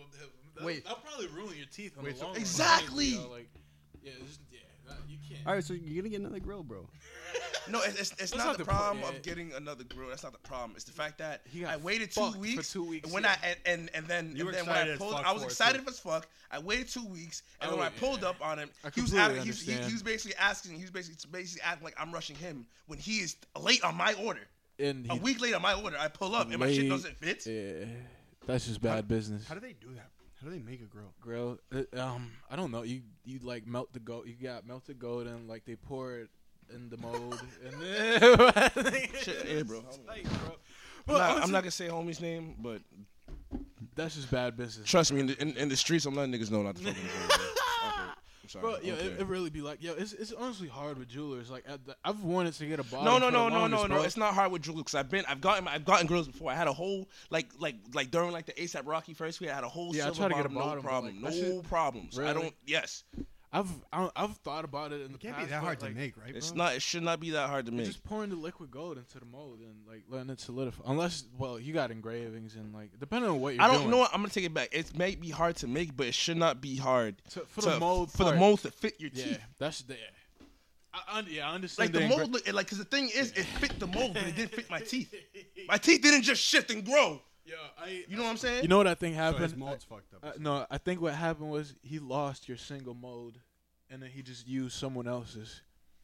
S1: Wait.
S2: I'll probably ruin your teeth on
S1: Wait,
S2: the
S1: so-
S2: long run, too,
S3: Exactly.
S2: yo, Like, yeah, this, yeah, that, you can't.
S1: All right, so you're gonna get another grill, bro.
S3: No, it's, it's, it's not,
S2: not
S3: the,
S2: the point.
S3: problem
S2: Yeah.
S3: of getting another grill. That's not the problem. It's the fact that
S2: He got
S3: I waited two
S2: fucked for
S3: weeks.
S2: two weeks,
S3: and when
S2: yeah.
S3: I and and, and then
S1: You were
S3: and then when
S1: excited
S3: I
S1: as
S3: pulled,
S1: fuck
S3: I was
S1: for it,
S3: excited
S1: too.
S3: as fuck. I waited two weeks, and
S2: Oh,
S3: then when I
S2: yeah.
S3: pulled up on him,
S2: I
S3: he was
S2: completely
S3: acting, he, was, he,
S2: understand.
S3: he was basically asking. He was basically basically acting like I'm rushing him when he is late on my order.
S2: And
S3: A
S2: he,
S3: week later, on my order, I pull up and my shit
S2: Late-
S3: doesn't fit.
S2: yeah, that's just bad business.
S1: How do they do that? How do they make a grill?
S2: grill. Uh, um, I don't know. You you like melt the gold. You got melted gold and like they pour it in the [laughs] mold. and then
S3: Shit, yeah,
S2: [laughs]
S3: bro.
S2: Like, bro. But
S3: I'm not, I'm
S2: honestly,
S3: not gonna say homie's name, but
S2: That's just bad business.
S3: trust me, in the, in, in the streets, I'm letting niggas know not to fucking.
S2: [laughs]
S3: I'm sorry.
S2: Bro, yo,
S3: Okay.
S2: it, it really be like, yo, it's, it's honestly hard with jewelers. Like, at the, I've wanted to get a bottle.
S3: no, no,
S2: for
S3: no,
S2: the
S3: no,
S2: longest,
S3: no, no.
S2: bro.
S3: It's not hard with jewelry because I've been, I've gotten, I've gotten girls before. I had a whole like, like, like during like the ASAP Rocky first week, I had a whole.
S2: Yeah, I
S3: silver
S2: tried to get a bottom,
S3: bottom, No
S2: but,
S3: problem.
S2: like, that
S3: no
S2: shit-
S3: problems. I
S2: Really?
S3: don't. Yes,
S2: I've I, I've thought about it in the
S1: It can't
S2: past.
S1: be that
S2: but,
S1: hard
S2: like,
S1: to make, right?
S3: it's
S1: bro?
S3: not. It should not be that hard to
S2: you're
S3: make.
S2: Just pouring the liquid gold into the mold and like letting it solidify. Unless, well, you got engravings and like depending on what you're
S3: I don't
S2: doing.
S3: know. I'm gonna take it back. It may be hard to make, but it should not be hard
S2: To, for the mold,
S3: for the
S2: part.
S3: mold to fit your
S2: Yeah,
S3: teeth.
S2: that's the. I, I, yeah, I
S3: Like
S2: understand.
S3: the
S2: engra-
S3: mold, look, like because the thing is, it fit the mold, but it didn't fit my [laughs] teeth. My teeth didn't just shift and grow.
S2: Yo, I.
S3: You know what I'm saying?
S2: You know what I think
S1: So his
S2: happened?
S1: mold's fucked up.
S2: Uh, no, I think what happened was he lost your single mold, and then he just used someone else's,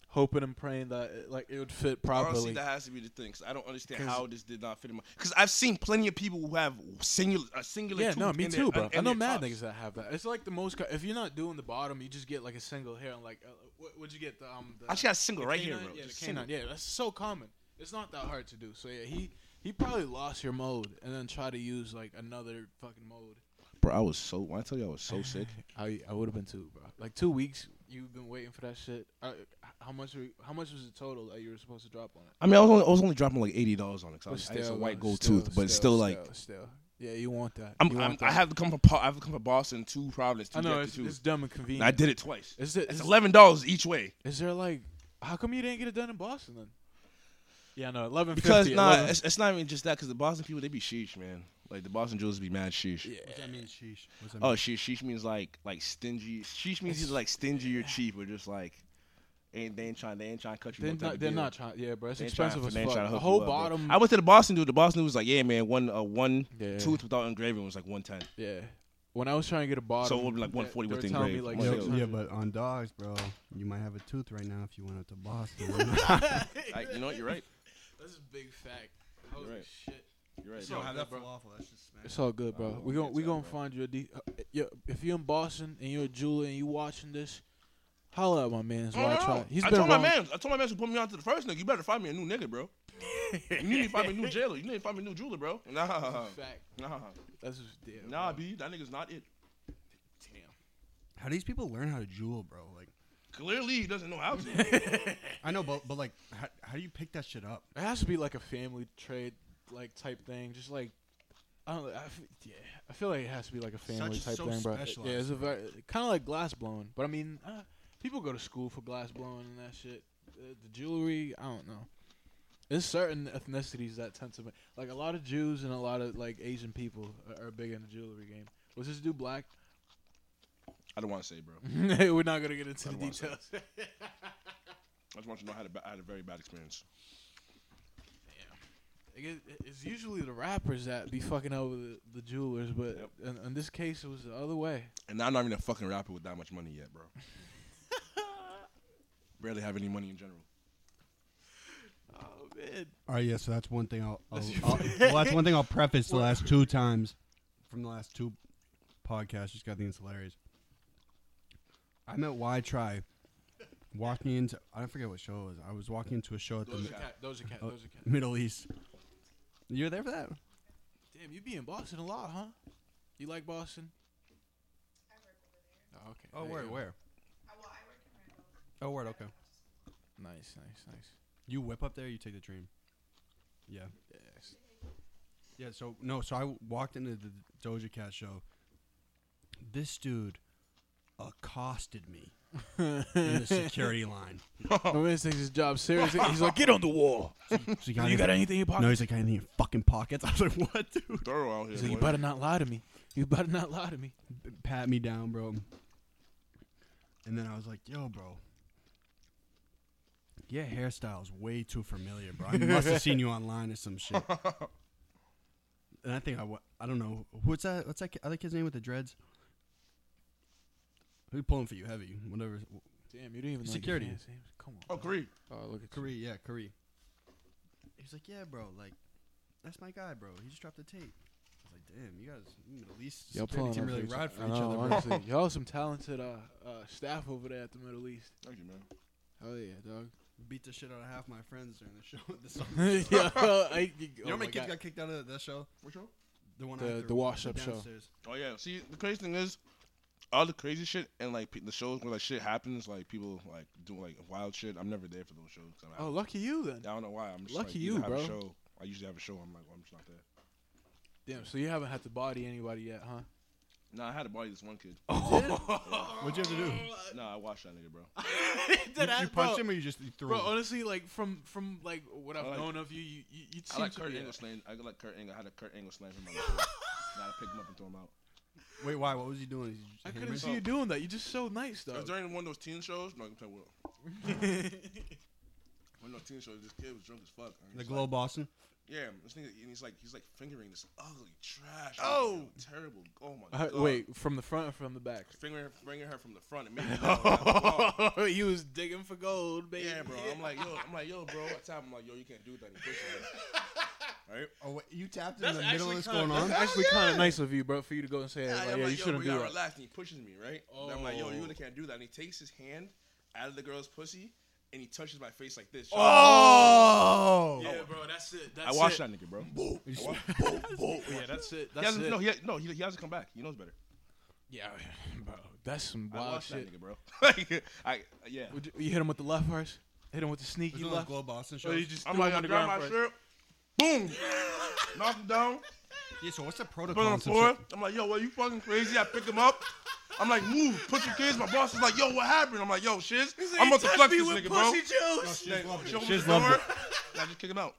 S2: hoping and praying that it, like it would fit
S3: Honestly,
S2: properly.
S3: Oh, that has to be the thing. 'cause I don't understand
S2: 'Cause-
S3: how this did not fit in my. Because I've seen plenty of people who have singular, a singular.
S2: yeah,
S3: tooth
S2: no, me
S3: in their-
S2: too, bro.
S3: in
S2: I know
S3: their
S2: mad
S3: tops.
S2: niggas that have that. It's like the most. Co- if you're not doing the bottom, you just get like a single hair. And like, uh, what would you get? The, um, the,
S3: I just got a single
S2: the
S3: right
S2: canine?
S3: here, bro.
S2: Yeah,
S3: Just
S2: the canine. Yeah, that's so common. It's not that hard to do. So yeah, he he probably lost your mold and then try to use like another fucking mold.
S3: Bro, I was so. When I tell you I was so sick.
S2: I I would have been too, bro. Like two weeks, you've been waiting for that shit. Uh, how much? Were you, how much was the total that you were supposed to drop on it?
S3: I mean, I was only, I was only dropping like eighty dollars on it. 'cause I, was, I had a
S2: still,
S3: white
S2: though,
S3: gold
S2: still,
S3: tooth, but it's still like.
S2: still, still. yeah, you want that.
S3: I'm,
S2: You
S3: I'm,
S2: want
S3: I
S2: that.
S3: have to come from. Pa- I have to come from Boston to Providence to
S2: I know
S3: get
S2: it's,
S3: the
S2: it's
S3: tooth.
S2: dumb and
S3: And
S2: convenient.
S3: I did it twice.
S2: Is it?
S3: It's
S2: Is,
S3: eleven dollars each way.
S2: is there like? How come you didn't get it done in Boston then? Yeah, no, eleven
S3: Because
S2: fifty.
S3: nah, it's, it's not even just that. Because the Boston people, they be sheesh, man. Like the Boston jewelers be mad sheesh.
S2: yeah.
S1: What does that mean, sheesh? What's that
S3: Oh,
S1: mean?
S3: sheesh, sheesh means like like stingy. Sheesh means either like stingy or cheap or just like ain't they ain't trying they ain't trying to cut you.
S2: They're
S3: no type
S2: not.
S3: of
S2: They're
S3: deal.
S2: not trying. Yeah, bro, it's
S3: They ain't trying-
S2: expensive
S3: they
S2: as
S3: ain't trying
S2: fuck.
S3: to
S2: The
S3: hook
S2: whole
S3: you up, bro.
S2: bottom.
S3: I went to the Boston dude. The Boston dude was like, yeah, man, one uh, one
S2: Yeah.
S3: tooth without engraving was like one ten.
S2: yeah. When I was trying to get a bottom,
S3: would be like
S2: they-
S3: 140
S2: they were
S3: with the
S2: telling me,
S3: engraved.
S2: like,
S3: Yo,
S1: Yeah,
S2: 600.
S1: yeah, but on dogs, bro, you might have a tooth right now if you went up to Boston.
S2: [laughs]
S3: Like, you know what? You're right.
S2: That's a big fact. Holy
S3: Right.
S2: shit.
S3: You're right.
S1: You don't
S3: Yo,
S1: have that
S2: bro.
S1: falafel. That's just smash.
S2: It's all good, bro.
S3: Oh,
S2: we gon'
S3: it's
S2: we
S3: all
S2: gonna
S3: right.
S2: find you a D. Uh, yo, if you're in Boston and you're a jeweler and you watching this, holla at my man's
S3: No, no,
S2: Why
S3: no.
S2: try. He's
S3: I
S2: been
S3: told my
S2: wrong.
S3: man. I told my man to put me on to the first nigga. You better find me a new nigga, bro. You need to find me a new jailer. You need to find me a new jeweler, bro. Nah,
S2: Fact.
S3: nah,
S2: That's just dead.
S3: nah,
S2: bro.
S3: b. That nigga's not it.
S1: How do these people learn how to jewel, bro? Like,
S3: Clearly, he doesn't know how to.
S1: I know, but but like, how, how do you pick that shit up?
S2: It has to be like a family trade, like type thing. Just like, I don't. know, I f- yeah, I feel like it has to be like a family
S1: Such-
S2: type
S1: so
S2: thing, bro. Yeah,
S1: specialized,
S2: it's a very kind of like glass blowing, but I mean, uh, people go to school for glass blowing and that shit. Uh, the jewelry, I don't know. There's certain ethnicities that tend to ma- like a lot of Jews and a lot of like Asian people are, are big in the jewelry game. Was this dude black?
S3: [laughs] I don't want to say, bro.
S2: We're not gonna get into
S3: I
S2: the
S3: don't wanna say.
S2: details. [laughs]
S3: I just want you to know I had a, ba- I had a very bad experience.
S2: Like, it- It's usually the rappers that be fucking over the, the jewelers, but
S3: Yep.
S2: in, in this case, it was the other way.
S3: And I'm not even a fucking rapper with that much money yet, [laughs] bro. Barely have any money in general.
S2: Oh man!
S1: All right, yeah. So that's one thing. I'll, I'll,
S2: That's your-
S1: [laughs] I'll well, that's one thing I'll preface the last two times from the last two podcasts. Just got things hilarious. I met Why Try walking into I forget what show it was. I was walking into a show at the
S2: Those are
S1: Mi-
S2: cat. Those are cat.
S1: Oh.
S2: Those are cat.
S1: Middle East. You were there for that?
S2: Damn, you be in Boston a lot, huh? You like Boston? Oh, okay. There you go.
S1: Oh, word. Okay.
S2: Nice, nice, nice.
S1: You whip up there. You take the dream. Yeah.
S2: Yes.
S1: Yeah, so no, so I walked into the Doja Cat show. This dude accosted me in the security line.
S2: My man takes his job [laughs] seriously. He's like, get on the wall.
S1: So you
S2: You got anything in your pocket?
S1: No, he's like, I need your fucking pockets. [laughs] I was like, what, dude?
S3: Thorough out here.
S2: He's like, you
S3: boy.
S2: better not lie to me. You better not lie to me.
S1: Pat me down, bro. And then I was like, yo, bro. Your hairstyle's way too familiar, bro. I must have seen you online or some shit. And I think I, wa- I don't know what's that. What's that ki- other kid's name with the dreads? Who pulling for you, heavy? Whatever.
S2: Damn, you didn't even know your
S1: Security.
S2: fans' names. Come on.
S3: Oh,
S2: bro.
S3: great.
S2: Oh, look at you.
S1: Curry, yeah, Curry. He was like, yeah, bro, like, that's my guy, bro. He just dropped the tape. I was like, damn, you guys, you Middle East
S2: Y'all
S1: security
S2: pulling
S1: team
S2: up
S1: really
S2: each-
S1: ride for
S2: I
S1: each
S2: know,
S1: other, bro.
S2: honestly. [laughs] Y'all some talented uh, uh, staff over there at the Middle East.
S3: Thank you, man.
S2: Hell yeah, dog. [laughs]
S1: Beat the shit out of half my friends during the show. [laughs] The song.
S2: Yo, I, you,
S1: You
S2: oh
S1: know how
S2: my
S1: many kids
S2: God.
S1: got kicked out of that show?
S3: Which one?
S1: The one
S2: The-
S1: after
S2: the wash-up show.
S1: downstairs.
S3: Oh yeah. See, the crazy thing is, all the crazy shit and like pe- the shows where like shit happens, like people like do like wild shit. I'm never there for those shows. 'cause I'm
S2: Oh, lucky you then.
S3: I don't know why. I'm just
S2: Lucky
S3: like, either
S2: you,
S3: have
S2: bro.
S3: A show. I usually have a show. I'm like, well, I'm just not there.
S2: Damn, so you haven't had to body anybody yet, huh? [laughs]
S3: Nah, I had to body this one kid.
S2: Uh,
S1: What'd you have to do?
S3: Nah, I watched that nigga, bro.
S1: You,
S2: [laughs] Dead ass,
S1: you
S2: bro.
S1: punched him or you just you threw
S2: Bro, oh,
S1: him?
S2: honestly, like from from like what I've
S3: I like-
S2: known of you, you you, you
S3: I like
S2: seem
S3: Kurt
S2: to be-
S3: Angle slam. I like Kurt Angle. I had a Kurt Angle slam him. on the shoulder. Nah, I picked him up and throw him out.
S1: Wait, why? What was he doing? He just
S2: I
S1: hammered
S2: couldn't
S1: him?
S2: see you doing that. You're just so nice,
S3: It
S2: though. [laughs]
S3: was during one of those teen shows. No, I'm telling you what. One of those teen shows. This kid was drunk as fuck. and
S1: The
S3: he's
S1: Glow Boston?
S3: Like, yeah, this nigga, and he's like, he's like fingering this ugly trash.
S1: Oh!
S3: terrible. Oh my
S2: Uh,
S3: god.
S2: wait, from the front or from the [laughs] back?
S3: fingering, fingering her from the front and making out with her. Wow.
S2: [laughs] he was digging for gold, baby.
S3: Yeah, bro.
S2: [laughs]
S3: I'm like, yo, I'm like, yo, bro. What time? I'm like, yo, you can't do that. He pushes her. Right?
S1: Oh, wait, you tapped him
S3: That's
S1: in the middle of
S3: actually
S1: this
S3: kinda-
S1: going on?
S3: that's
S1: That's
S2: actually kind
S3: yeah.
S2: of nice of you, bro, for you to go and say,
S3: Yeah,
S2: like, Oh,
S3: I'm
S2: yeah,
S3: like,
S2: you
S3: yo,
S2: shouldn't
S3: we
S2: do
S3: gotta
S2: that.
S3: relax. And he pushes me, right? And I'm like, yo, you really can't do that. And he takes his hand out of the girl's pussy and he touches my face like this.
S1: [laughs] Oh!
S2: Yeah, bro, that's it.
S3: I
S2: That's
S3: watched
S2: it.
S3: that nigga, bro. Boom.
S2: [laughs]
S1: [laughs]
S2: Yeah, that's it.
S3: He
S2: That's
S3: hasn't,
S2: it.
S3: no, he, no, he, he hasn't come back. He knows better.
S2: yeah, [laughs] bro, that's some
S3: I
S2: wild
S3: watched
S2: shit.
S3: that nigga, bro. [laughs] like, I, yeah.
S2: Would you, you hit him with the left first. Hit him with the sneaky
S1: You love
S2: left.
S1: Glow Boston
S2: Or
S1: shows?
S2: you just
S3: I'm
S2: threw
S3: like,
S2: him
S3: I
S2: on the
S3: grab
S2: ground
S3: my
S2: first.
S3: shirt. Boom. Knock him down.
S1: yeah, so what's the
S3: Put
S1: protocol?
S3: him on
S1: on
S3: the
S1: some
S3: floor.
S1: shit?
S3: I'm like, yo, what, you fucking crazy? I pick him up. I'm like, move, put your kids. My boss is like, yo, what happened? I'm like, yo, shiz. I'm about to fuck this nigga, bro. Like, she opened
S1: Shiz
S3: the door,
S1: loved it.
S3: and [laughs] I just kicked him out.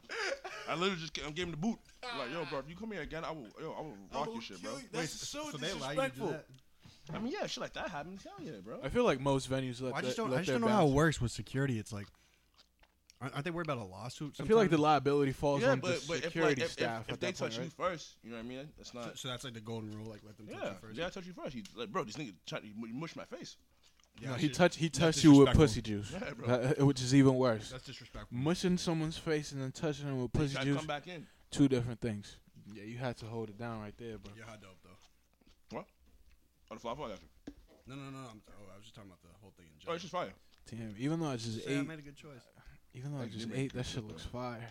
S3: I literally just I gave him the boot. I'm like, yo, bro, if you come here again, I will, yo, I will rock your shit, bro.
S1: Wait,
S2: That's so,
S1: so they allow you to do
S2: disrespectful.
S1: that?
S3: I mean, yeah, shit like that happens. Hell yeah, bro.
S2: I feel like most venues let
S1: I just
S2: that-
S1: don't.
S2: let
S1: I just
S2: their
S1: don't know how it
S2: bounce-
S1: works with security. It's like, aren't, aren't they worried about a lawsuit?
S2: I feel like the
S1: sometimes?
S2: liability falls
S3: Yeah,
S2: on the
S3: but, but if, like,
S2: security
S3: if, if,
S2: staff
S3: if
S2: at
S3: they
S2: that
S3: touch
S2: point,
S3: you
S2: right?
S3: first, you know what I mean? That's not.
S1: So, so that's like the golden rule. Like let them touch
S3: yeah,
S1: you first.
S3: yeah, I touch you first. He's like, bro, this nigga tried to you mush my face.
S1: Yeah,
S2: No,
S1: that
S2: he
S1: shit-
S2: touched he
S1: that's
S2: touched you with
S1: disrespectful.
S2: pussy juice,
S3: Yeah, bro.
S2: Uh, which is even worse.
S1: That's disrespectful.
S2: Mushing someone's face and then touching them with
S3: He
S2: pussy
S3: tried to
S2: juice,
S3: come back in.
S2: two different things. Yeah, you had to hold it down right there, bro.
S1: You're hot dope though.
S3: Oh, the falafel I got you.
S1: No, no, no. no I'm, oh, I was just talking about the whole thing in
S3: Oh,
S1: general.
S3: it's just fire.
S2: Damn, even though I just
S1: Say I
S2: ate,
S1: made a good choice.
S2: even though I
S3: Like,
S2: just
S3: they make
S2: ate, that
S3: good
S2: shit
S3: shit,
S2: looks
S3: though.
S2: fire.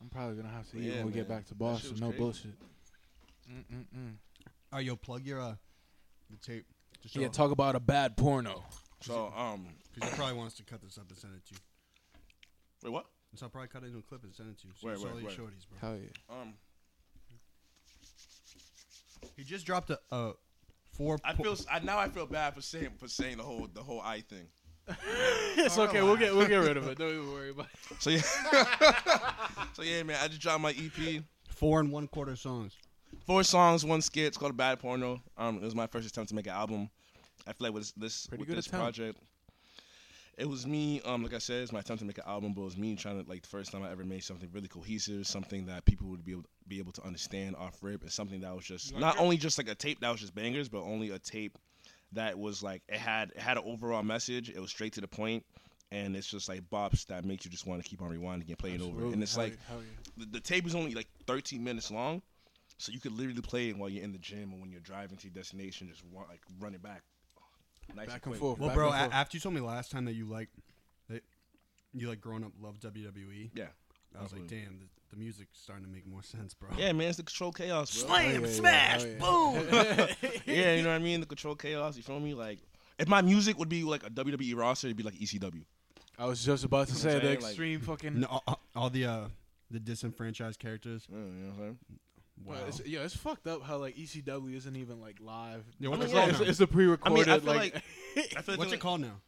S2: I'm probably gonna have to eat
S3: Yeah,
S2: when we get
S3: man.
S2: back to
S3: That shit
S2: Boston.
S3: was
S2: No
S3: crazy.
S2: bullshit. Mm-mm-mm.
S1: All right, yo, plug your uh, the tape. To show
S2: Yeah, talk about a bad porno.
S3: So, um,
S1: Because he probably wants to cut this up and send it to you.
S3: wait, what?
S1: And so I'll probably cut it into a clip and send it to you. So
S3: Wait,
S1: you saw
S3: wait,
S1: these
S3: wait.
S1: shorties, bro.
S2: Hell yeah.
S3: Um,
S1: He just dropped a, a four.
S3: I
S1: po-
S3: feel I, now I feel bad for saying for saying the whole the whole eye thing.
S2: [laughs] it's
S1: All
S2: okay. We'll
S1: right.
S2: get we'll get rid [laughs] of it. Don't even worry about it.
S3: So yeah, [laughs] so yeah, man. I just dropped my E EP,
S1: four and one quarter songs.
S3: four songs, one skit. It's called Bad Porno. Um, it was my first attempt to make an album. I feel like with this, this
S2: Pretty
S3: with
S2: good
S3: this
S2: attempt.
S3: project, it was me. Um, like I said, it's my attempt to make an album, but it was me trying to like the first time I ever made something really cohesive, something that people would be able be able to understand off rip, and something that was just
S2: You like
S3: not
S2: it?
S3: only just like a tape that was just bangers, but only a tape that was like it had it had an overall message. It was straight to the point, and it's just like bops that makes you just want to keep on rewinding and playing over. And it's
S2: Hell
S3: like
S2: yeah, hell yeah.
S3: the, the tape is only like 13 minutes long, so you could literally play it while you're in the gym or when you're driving to your destination. Just want, like run it back, nice
S2: Back and
S3: quick.
S2: forth.
S1: Well,
S2: back
S1: bro, a-
S2: and forth.
S1: after you told me last time that you like, that you like growing up loved WWE.
S3: Yeah.
S1: I was like,
S3: Absolutely.
S1: damn, the, the music's starting to make more [laughs] sense, bro.
S3: Yeah, man, it's the control chaos, bro.
S2: Hell
S1: Slam,
S2: yeah, yeah,
S1: smash,
S2: hell yeah.
S1: [laughs] boom.
S3: [laughs] yeah, you know what I mean. The control chaos. You feel me? Like, if my music would be like a WWE roster, it'd be like E ECW.
S2: I was just about to
S3: You know what
S2: say
S3: I'm
S2: the
S3: saying? Like-
S2: extreme fucking.
S1: No, all, all- all the uh, the disenfranchised characters.
S3: Yeah, you know what I'm saying?
S1: Wow.
S2: Wow. It's, yeah, it's fucked up how like ECW isn't even like live.
S1: Yeah,
S2: I
S1: what
S2: mean,
S3: the
S2: yeah,
S3: fuck?
S2: it's, it's a pre-recorded
S3: I feel
S2: like.
S3: like-
S2: [laughs]
S3: I feel like
S1: What's it called now?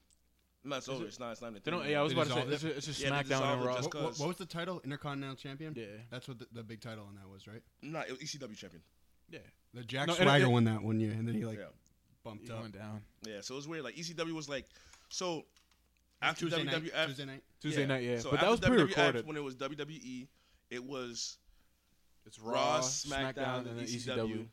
S3: No, it's over.
S2: it-
S3: It's not. It's not. even a
S2: they
S3: thing
S2: don't, yeah, I was
S1: They
S2: about to say
S1: dissolved
S2: it's,
S1: it?
S2: a- it's just
S3: Yeah, they
S2: SmackDown
S3: dissolved
S2: and
S3: it
S2: Raw.
S1: Uh,
S3: just
S1: What, what,
S3: Because-
S1: what was the title? Intercontinental Champion.
S2: Yeah,
S1: That's what the, the big title on that was, right?
S3: Nah, it was ECW champion.
S2: yeah.
S1: The Jack
S2: No, it-
S1: Swagger
S2: it-
S1: won that one year, and then he like
S3: Yeah.
S1: bumped
S2: He
S1: up.
S2: went down
S3: Yeah, so it was weird. Like ECW was like, so
S1: It's
S3: after
S1: Tuesday
S3: WWF,
S1: night. Tuesday night.
S2: Tuesday night. Yeah,
S3: So
S2: but
S3: after
S2: that was
S3: WWF,
S2: pre-recorded.
S3: When it was WWE, it was
S2: It's
S3: Raw, SmackDown, E and
S2: E
S3: then ECW.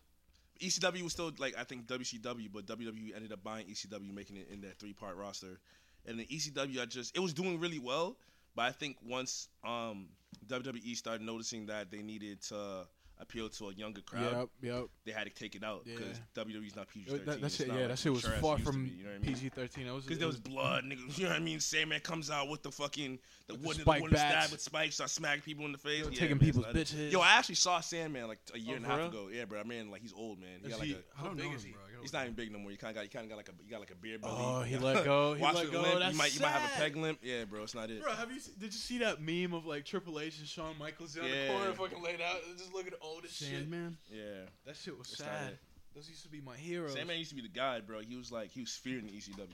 S3: ECW E was still like I think WCW, but WWE ended up buying ECW, making it in that three part roster. And then ECW, I just it was doing really well, but I think once um, WWE started noticing that they needed to appeal to a younger crowd,
S2: Yep, yep.
S3: they had to take it out because
S2: Yeah.
S3: WWE's not PG
S2: That,
S3: thirteen.
S2: that, shit, yeah, that shit was far from
S3: you know what I mean?
S2: PG thirteen. That was
S3: Because
S2: it
S3: there was blood, nigga. [laughs] You know what I mean? Sandman comes out with the fucking the
S2: With the
S3: wooden,
S2: spike
S3: wooden
S2: bats.
S3: stab with spikes, start smacking people in the face.
S2: They were
S3: Yeah,
S2: taking
S3: man, it's
S2: people's
S3: not it.
S2: bitches.
S3: Yo, I actually saw Sandman like a year
S2: Oh,
S3: and a
S2: for
S3: half
S2: real?
S3: ago. Yeah, bro. I mean, like he's old man. He
S2: Is
S3: got like
S2: he-
S3: a,
S1: I don't know him, bro. I gotta look
S3: he's not even big no more. He kind of got he kind of got like a he got like a beer belly.
S2: Oh,
S3: [laughs]
S2: he let go. He
S3: Watch
S2: let
S3: it
S2: go.
S3: limp.
S2: That's
S3: you might you might have a
S2: sad.
S3: peg limp. Yeah, bro. It's not it.
S2: Bro, have you se- did you see that meme of like Triple H and Shawn Michaels down
S3: Yeah.
S2: the corner, fucking laid out, and just looking old as shit?
S1: Sandman.
S3: Yeah.
S2: That shit was
S3: It's not
S2: sad.
S3: it.
S2: Those used to be my heroes.
S3: Sandman used to be the guy, bro. He was like he was feared in ECW. Like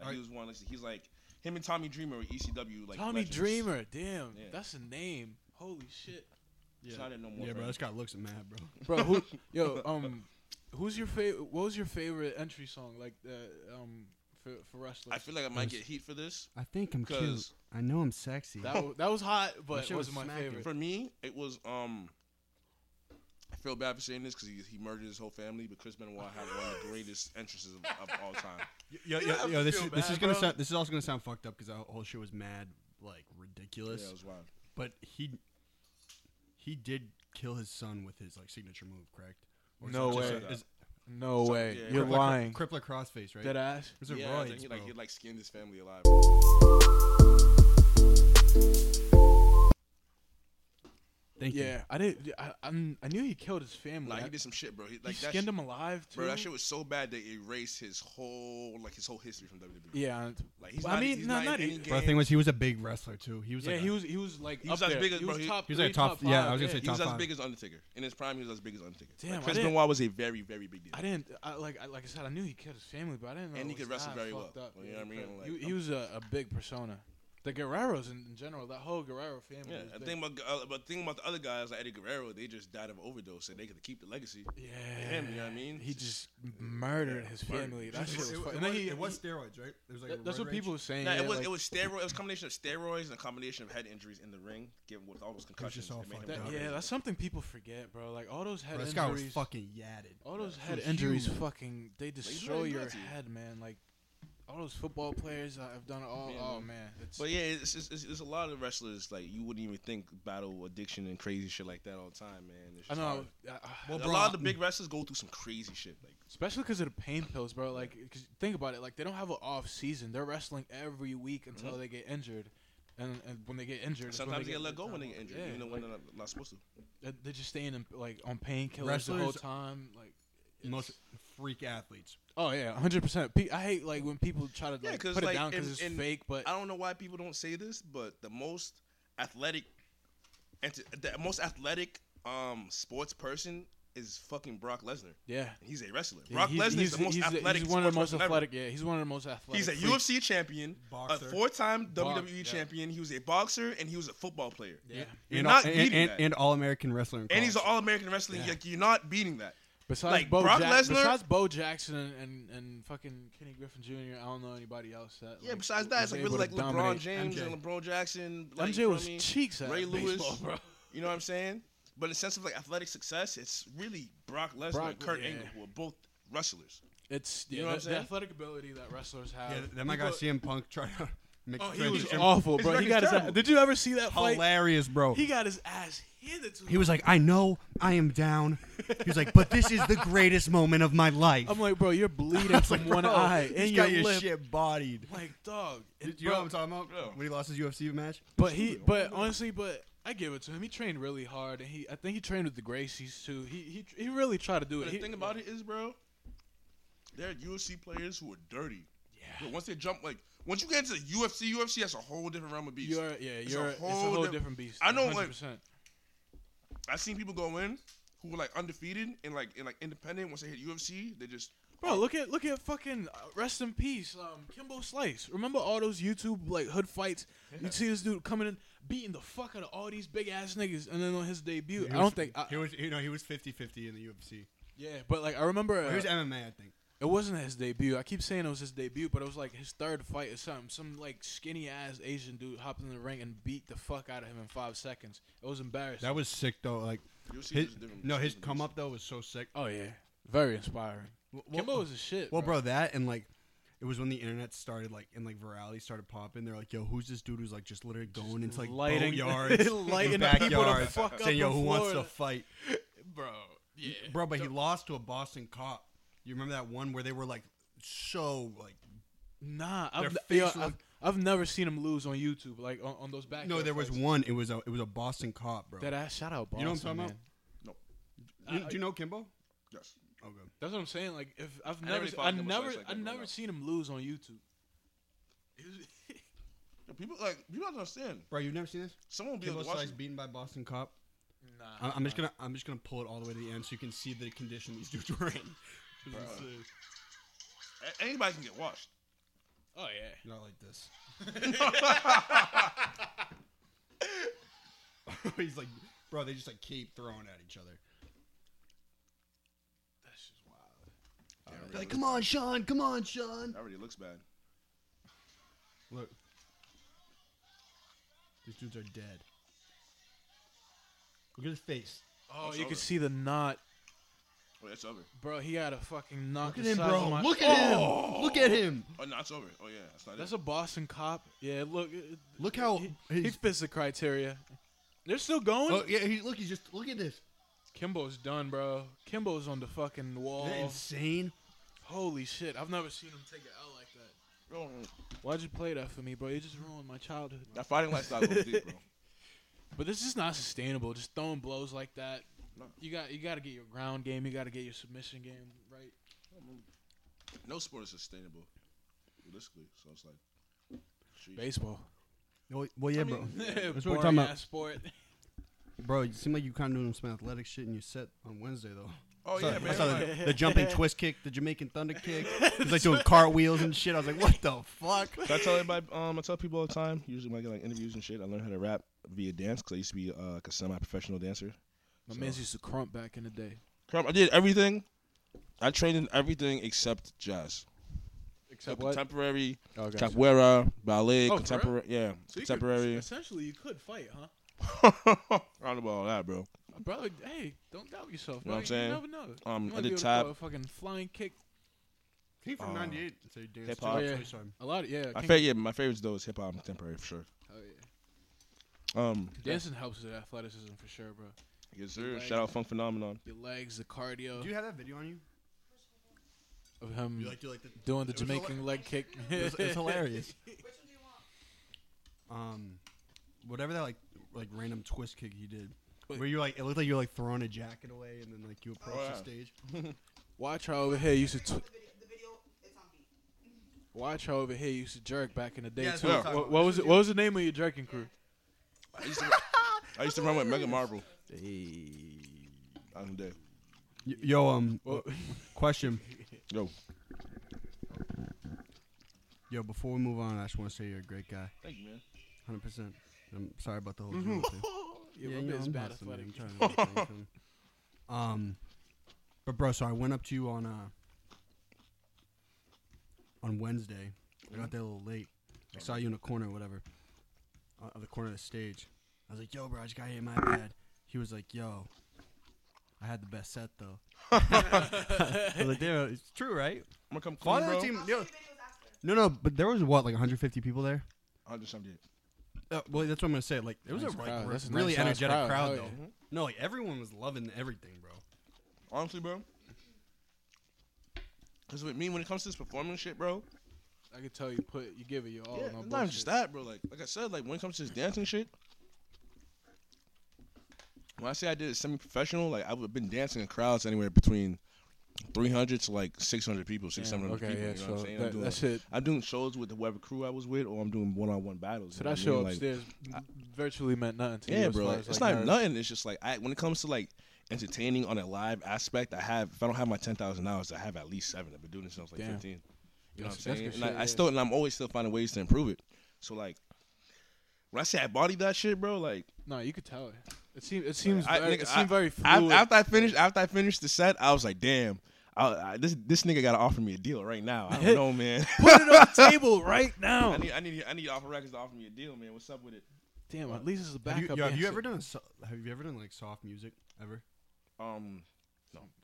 S1: Alright.
S3: he was one. Like, he's like him and Tommy Dreamer were ECW like
S2: Tommy
S3: legends.
S2: Dreamer, damn,
S3: Yeah.
S2: that's a name. Holy shit,
S3: It's not it no more.
S1: Yeah, bro.
S3: bro.
S1: This guy looks mad, [laughs] bro.
S2: bro. Who, [laughs] yo, um, who's your favorite? What was your favorite entry song? Like, uh, um, for for wrestlers.
S3: I feel like I might get heat for this
S1: I think I'm
S3: because
S1: I know I'm sexy.
S2: that was, that was hot,
S1: That
S2: but
S1: shit
S2: it
S1: was
S2: wasn't my
S1: smacking.
S2: favorite.
S3: For me, it was um. I feel bad for saying this because he, he murdered his whole family, but Chris Benoit had one of the greatest entrances of, of all [laughs] time.
S1: Yo,
S2: You
S1: yo,
S2: have
S1: yo,
S2: to
S1: this
S2: feel
S1: is this
S2: bad,
S1: is gonna
S2: bro.
S1: sound this is also gonna sound fucked up because that whole shit was mad like
S3: Yeah,
S1: ridiculous.
S3: it was wild.
S1: but he he did kill his son with his like signature move, correct? is
S2: No
S1: it just
S3: way.
S1: a- is-
S2: No
S3: So-
S2: way,
S3: yeah,
S2: you're
S1: Crippler-
S2: lying.
S1: Crippler crossface, right?
S2: Dead ass.
S1: Those are
S3: yeah, I
S1: roids,
S3: think he, like
S1: bro.
S3: he like skinned his family alive.
S1: Thank you.
S2: Yeah, I did. I, I'm- I knew he killed his family. I-
S3: Like he did some shit, bro. He,
S2: He
S3: like that,
S2: skinned
S3: shit,
S2: him alive too.
S3: bro. That shit was so bad they erased his whole like his whole history from WWE.
S2: yeah, and-
S3: Like he's
S2: I
S3: not,
S2: mean,
S3: he's
S2: no,
S3: not,
S2: not
S3: in
S2: e-
S3: any
S1: But the
S3: game.
S1: thing was, he was a big wrestler too. He was
S2: yeah.
S1: like,
S2: he
S1: a- [laughs]
S2: was he was like
S3: He
S2: up
S3: was as
S2: there.
S3: big as-
S2: he
S3: bro,
S2: was
S3: he-
S2: top
S1: he was
S2: three,
S1: like top- yeah, I was
S2: five,
S1: gonna say
S3: he was
S1: top
S3: as
S1: five.
S3: big as Undertaker. In his prime, he was as big as Undertaker.
S2: Damn,
S3: Like,
S2: I
S3: Chris
S2: didn't-
S3: Benoit was a very, very big deal.
S2: I didn't. I, like I, like I said, I knew he killed his family, but I didn't know.
S3: And
S2: it
S3: he could
S2: was
S3: wrestle
S2: that
S3: very well.
S2: fucked Up.
S3: You know what I mean? Like,
S2: he, he was a, a big persona. The Guerreros in, in general, that whole Guerrero family.
S3: Yeah,
S2: was
S3: the
S2: big.
S3: thing about uh, but the thing about the other guys like Eddie Guerrero, they just died of overdose, and they could keep the legacy.
S2: Yeah,
S3: him, you know what I mean?
S2: He just murdered his
S3: murdered.
S2: family.
S3: [laughs]
S2: That shit
S1: It,
S2: was.
S1: it,
S2: fu-
S1: was-
S2: and then he-
S1: it was steroids, right? It was like
S2: that- That's what people were saying.
S3: Nah,
S2: yeah,
S3: it was
S2: like-
S3: it was steroid. It was a combination of steroids and a combination of head injuries in the ring, given with all those concussions.
S1: all
S3: it made him
S1: fucked
S2: that-
S1: up.
S3: go
S2: yeah,
S3: crazy.
S2: that's something people forget, bro. Like all those head
S1: Bro, this guy was
S2: injuries.
S1: fucking yatted.
S2: All those
S1: He
S2: head
S1: was
S2: injuries,
S1: huge.
S2: fucking, they
S3: he's
S2: destroy
S3: really
S2: your
S3: good to you.
S2: head, man. Like, all those football players uh, have done it all.
S3: Yeah,
S2: oh
S3: man.
S2: man, it's,
S3: But yeah, it's, it's, it's, it's a lot of wrestlers like you wouldn't even think battle addiction and crazy shit like that all the time, man. It's
S2: I
S3: just
S2: know.
S3: hard.
S2: Uh, uh,
S1: Well,
S3: a
S1: Braun-
S3: lot of the big wrestlers go through some crazy shit. Like
S2: [sighs] Especially because of the pain pills, bro. Like, 'cause think about it. Like, they don't have an off season. They're wrestling every week until they get injured, and, and when they get injured, is when
S3: Mm-hmm. sometimes they get
S2: the
S3: let go
S2: time
S3: when they
S2: off.
S3: get injured,
S2: Yeah,
S3: even though
S2: like,
S3: when they're not, not supposed to.
S2: they're, they're just staying in, like on painkillers the whole
S1: Wrestlers-
S2: time. Like, it's-
S1: Most freak athletes.
S2: oh yeah, hundred percent. I hate like when people try to
S3: Yeah,
S2: like
S3: 'cause,
S2: put
S3: like,
S2: it down because
S3: in-
S2: it's
S3: in-
S2: fake. But
S3: I don't know why people don't say this, but the most athletic, ent- the most athletic um sports person is fucking Brock Lesnar.
S2: yeah,
S3: He's a wrestler.
S2: Yeah,
S3: Brock
S2: he's-
S3: Lesnar
S2: he's-
S3: is the most
S2: he's
S3: athletic.
S2: He's one of the
S3: sports
S2: most
S3: person ever.
S2: athletic. Yeah, he's one of the most athletic.
S3: He's a
S2: freaks.
S3: UFC champion, a
S1: Boxer.
S3: four-time WWE
S2: yeah.
S3: champion. He was a boxer and he was a football player.
S2: Yeah.
S3: You're
S1: and,
S3: not
S1: all,
S3: beating
S1: and, and,
S3: that.
S1: and all American wrestler. in
S3: And he's an
S1: college.
S3: All-American wrestling.
S2: Yeah.
S3: Like you're not beating that.
S2: Besides
S3: Like,
S2: Bo
S3: Brock
S2: Jack-
S3: Lesnar-
S2: besides Bo Jackson and, and, and fucking Kenny Griffin Jr., I don't know anybody else that.
S3: Yeah.
S2: like,
S3: besides
S2: was
S3: that, it's like
S2: able
S3: really like
S2: to
S3: LeBron
S2: dominate.
S3: James
S1: MJ.
S3: and LeBron Jackson. Like, you
S2: MJ
S3: know
S2: was
S3: what I mean?
S2: cheeks at
S3: Ray Lewis.
S2: baseball, bro.
S3: [laughs] You know what I'm saying? But in sense of like athletic success, it's really Brock Lesnar
S2: Brock-
S3: and Kurt
S2: yeah.
S3: Angle who are both wrestlers.
S2: It's
S3: You
S2: yeah,
S3: know what
S2: the,
S3: I'm
S2: the
S3: saying?
S2: athletic ability that wrestlers have.
S1: Yeah, then I got CM Punk try to [laughs] make
S3: Oh,
S1: oh,
S3: he was
S2: It's
S3: Jim-
S2: awful,
S3: his
S2: bro. He
S3: record's
S2: got his
S3: terrible.
S2: Did you ever see that fight?
S1: hilarious, bro.
S2: He got his ass handed to him.
S1: He was like, I know I am down. He was like, but this is
S2: [laughs]
S1: the greatest moment of my life.
S2: I'm like, bro, you're
S3: [laughs]
S2: bleeding from one eye and your,
S1: got your
S2: lip.
S1: shit bodied.
S2: Like, dog. it-
S1: You know
S2: bro,
S3: um,
S1: what I'm talking about?
S3: Yeah.
S1: When he lost his UFC match?
S2: But he, but honestly, but I give it to him. He trained really hard, and he, I think he trained with the Gracies too. He, he, he really tried to do
S3: But
S2: it.
S3: the
S2: He-
S3: thing about it is, bro, there are UFC players who are dirty.
S2: yeah,
S3: But once they jump, like once you get into the UFC, UFC that's a whole different realm of beast.
S2: you're, yeah,
S3: It's a
S2: you're, it's a whole,
S3: whole diff-
S2: different beast.
S3: I know, like-
S2: 100%.
S3: I've seen people go in who were like undefeated and like and like independent. Once they hit UFC, they just Oh,
S2: Bro, look at look at fucking uh, rest in peace, um, Kimbo Slice. Remember all those YouTube like hood fights? You see this dude coming in, beating the fuck out of all these big ass niggas, and then on his debut, I don't think, I,
S1: he was, you know, he was 50 50 in the UFC.
S2: yeah, but like I remember uh,
S1: he was MMA, I think.
S2: it wasn't his debut. I keep saying it was his debut, but it was like his third fight or something. Some like skinny ass Asian dude hopped in the ring and beat the fuck out of him in five seconds. It was embarrassing.
S1: That was sick, though. Like,
S3: UFC
S1: his,
S3: is a different.
S1: no, his
S3: different
S1: come
S3: beast.
S1: up, though, was so sick.
S2: oh yeah, very inspiring.
S1: well-
S2: Kimbo was a shit.
S1: Well,
S2: bro.
S1: bro, that and like it was when the internet started like and like virality started popping. They're like, "Yo, who's this dude who's like just literally going into like
S2: lighting- [laughs]
S1: yards,
S2: lighting people the
S1: backyards,
S2: fuck up
S1: saying, "Yo,
S2: in
S1: who wants to
S2: Florida."
S1: fight,
S2: [laughs] bro. Yeah,
S1: bro?" But he lost to a Boston cop. You remember that one where they were like so like
S2: Nah, I've,
S1: Their
S2: yo,
S1: face
S2: I've,
S1: look-
S2: I've never seen him lose on YouTube, like on, on those back.
S1: no, there was one. It was a it was a Boston cop, bro.
S2: that ass shout out. Boston,
S1: You know what I'm talking
S2: man.
S1: about? You- do you know Kimbo?
S3: Yes.
S1: Oh, good.
S2: That's what I'm saying. Like if I've
S3: never
S2: never,
S3: really
S2: se-
S3: followed
S2: I
S3: him much
S2: never,
S3: like that
S2: I
S3: growing
S2: never
S3: up.
S2: seen him lose on YouTube. He was-
S3: Yo, People like people don't understand.
S1: Bro, you've never seen this?
S3: Someone will be able
S1: Kimbo
S3: to watch
S1: Slice
S3: this.
S1: beaten by Boston cop.
S2: nah,
S1: I- I'm just gonna I'm just gonna pull it all the way to the end so you can see the condition these dudes were in. [laughs]
S3: Bro. A- Anybody can get washed.
S2: Oh yeah.
S1: Not like this. [laughs] He's like, bro, they just like keep throwing at each other.
S2: That's just wild.
S3: Yeah,
S1: They're like, come on, Sean, come on, Sean.
S3: That already looks bad.
S1: Look, these dudes are dead. Look at his face.
S2: Oh,
S3: That's
S2: you
S3: over.
S2: can see the knot,
S3: Oh, it's over.
S2: bro. He had a fucking knock.
S1: Look at
S2: the
S1: him,
S2: size of
S1: bro.
S2: my-
S1: Look at him. Look at him.
S3: Oh no, it's over. Oh yeah, that's not
S2: That's
S3: it.
S2: a Boston cop. Yeah, look. it-
S1: Look how
S2: he, he
S1: his.
S2: fits the criteria. They're still going.
S1: Oh yeah, he, look. He's just look at this.
S2: Kimbo's done, bro. Kimbo's on the fucking wall.
S1: Isn't that insane.
S2: Holy shit! I've never seen him take an L like that.
S3: Bro, mm,
S2: Why'd you play that for me, bro? You just ruined my childhood.
S3: that fighting lifestyle goes deep, [laughs] bro.
S2: But this is not sustainable. Just throwing blows like that.
S3: No.
S2: You got you got to get your ground game. You got to get your submission game right.
S3: No sport is sustainable, realistically. So it's like,
S2: [laughs]
S3: sheesh.
S2: Baseball.
S1: Well, Oh, well, yeah, bro.
S2: That's
S1: what we're talking about.
S2: Sport.
S1: Bro, you seem like you kind of doing some athletic shit in your set on Wednesday though.
S3: oh
S1: Saw-
S3: yeah,
S1: I
S3: man.
S1: saw
S3: like,
S1: the, the
S3: [laughs]
S1: jumping twist kick, the Jamaican thunder kick. He's like doing cartwheels and shit. I was like, what the fuck?
S3: So I tell everybody, um, I tell people all the time. Usually when I get like interviews and shit, I learn how to rap via dance because I used to be uh, like a semi-professional dancer.
S2: My
S3: So-
S2: man's used to crump back in the day.
S3: Crump, I did everything. I trained in everything except jazz,
S2: Except
S3: So
S2: what?
S3: contemporary,
S2: Oh, gotcha.
S3: capoeira, ballet,
S2: Oh, for
S3: contemporary,
S2: So
S3: yeah,
S2: you could- [laughs]
S3: contemporary.
S2: essentially, you could fight, huh?
S3: I don't know about all that, bro.
S2: Bro, hey, don't doubt yourself.
S3: You
S2: bro.
S3: know what I'm saying?
S2: You never know.
S3: Um,
S2: you
S3: I
S2: might be
S3: did
S2: able to
S3: tap.
S2: throw a fucking flying kick.
S1: He from
S3: Uh,
S1: '98, so he danced
S3: hip
S1: to
S3: hop.
S1: it
S2: Yeah.
S1: twice time.
S2: A lot of yeah.
S3: My
S2: King-
S3: favorite, yeah, my favorites though is hip hop and contemporary for sure.
S2: oh, yeah.
S3: Um,
S2: Dancing helps with athleticism for sure, bro.
S3: yes, sir. Shout out Funk Phenomenon.
S2: Your legs, the cardio
S1: Do you have that video on you?
S2: of him
S1: You like do like the.
S2: doing the
S1: it was hila-
S2: Jamaican leg kick.
S1: [laughs] It was,
S3: [laughs]
S2: [laughs]
S1: it's hilarious.
S4: Which one do you want?
S1: Um, whatever that like like random twist kick he did,
S2: Wait.
S1: where you like it looked like you were like throwing a jacket away and then like you approach
S3: Oh, yeah.
S1: the stage.
S2: Watch her over here used to
S4: The
S2: tw-
S4: video, the video it's on beat.
S2: watch her over here used to jerk back in the day
S1: Yeah, that's
S2: too.
S1: what I'm
S2: What,
S1: talking
S2: what
S1: about.
S2: was it? What was the name of your jerking crew?
S3: I used to, I used to run with Mega Marvel. I'm dead.
S1: Y- Yo, um,
S2: Well,
S1: question.
S3: Yo,
S1: Yo, before we move on, I just want to say you're a great guy,
S3: thank you, man.
S1: hundred percent. I'm sorry about the
S3: Mm-hmm.
S1: whole. Jimmy thing.
S2: yeah, my man's
S1: I'm
S2: bad
S1: busting, man.
S2: athletic.
S1: I'm trying to make things happen. um, but bro, so I went up to you on uh on Wednesday. I got there a little late. I saw you in the corner, or whatever, uh, of the corner of the stage. I was like, "Yo, bro, I just got hit. My bad." He was like, "Yo, I had the best set though." I
S2: [laughs]
S1: was like, "Damn, it's true, right?"
S3: I'm gonna come clean,
S1: Father
S3: bro.
S1: team,
S4: I'll show
S1: yo-
S4: you videos after.
S1: no, no, but there was what like 150 people there.
S3: I'll do something.
S1: Uh, well, that's what I'm gonna say. Like, it was
S2: Nice
S1: a like,
S2: crowd.
S1: re-
S2: That's a
S1: really
S2: nice-sized
S1: energetic
S2: crowd.
S1: crowd,
S2: Hell
S1: though.
S2: yeah.
S1: No, like everyone was loving everything, bro.
S3: Honestly, bro. Cause with me, when it comes to this performing shit, bro.
S2: I can tell you put you give it your all.
S3: yeah,
S2: Oh, no
S3: not
S2: bullshit.
S3: just that, bro. Like, like I said, like when it comes to this dancing shit. When I say I did it semi-professional, like I've been dancing in crowds anywhere between 300 to like 600 people,
S2: Damn,
S3: 600
S2: okay,
S3: people.
S2: yeah,
S3: you know
S2: so
S3: what I'm saying? I'm
S2: that,
S3: doing,
S2: that shit.
S3: I'm doing shows with the whatever crew I was with, or I'm doing one-on-one battles.
S2: So
S3: you know
S2: that
S3: what I
S2: show
S3: mean? Like,
S2: upstairs virtually meant nothing to you.
S3: Yeah,
S2: as
S3: bro.
S2: far
S3: like,
S2: as,
S3: it's
S2: like,
S3: not
S2: nerves.
S3: nothing. It's just like I when it comes to like entertaining on a live aspect, I have if I don't have my ten thousand hours, I have at least seven. I've been doing this since I was like
S2: Damn.
S3: fifteen. You know
S2: That's-
S3: what I'm
S2: that's
S3: saying?
S2: good
S3: And
S2: shit,
S3: I, I
S2: yeah.
S3: still and I'm always still finding ways to improve it. So like when I say I bodied that shit, bro, like
S2: No, you could tell it. It seems. It seems.
S3: I-
S2: very,
S3: nigga,
S2: it seemed very
S3: af-
S2: fluid.
S3: after I finished after I finished the set, I was like, damn. I, I, this this nigga gotta offer me a deal right now. [laughs] I don't know, man.
S2: [laughs] Put it on the table right now.
S3: I need I need I need Alpha Records to offer me a deal, man. What's up with it?
S2: Damn, at least it's a
S1: Have you,
S2: backup.
S1: yo, have you
S2: answer.
S1: ever done? So- have you ever done like soft music ever?
S3: Um,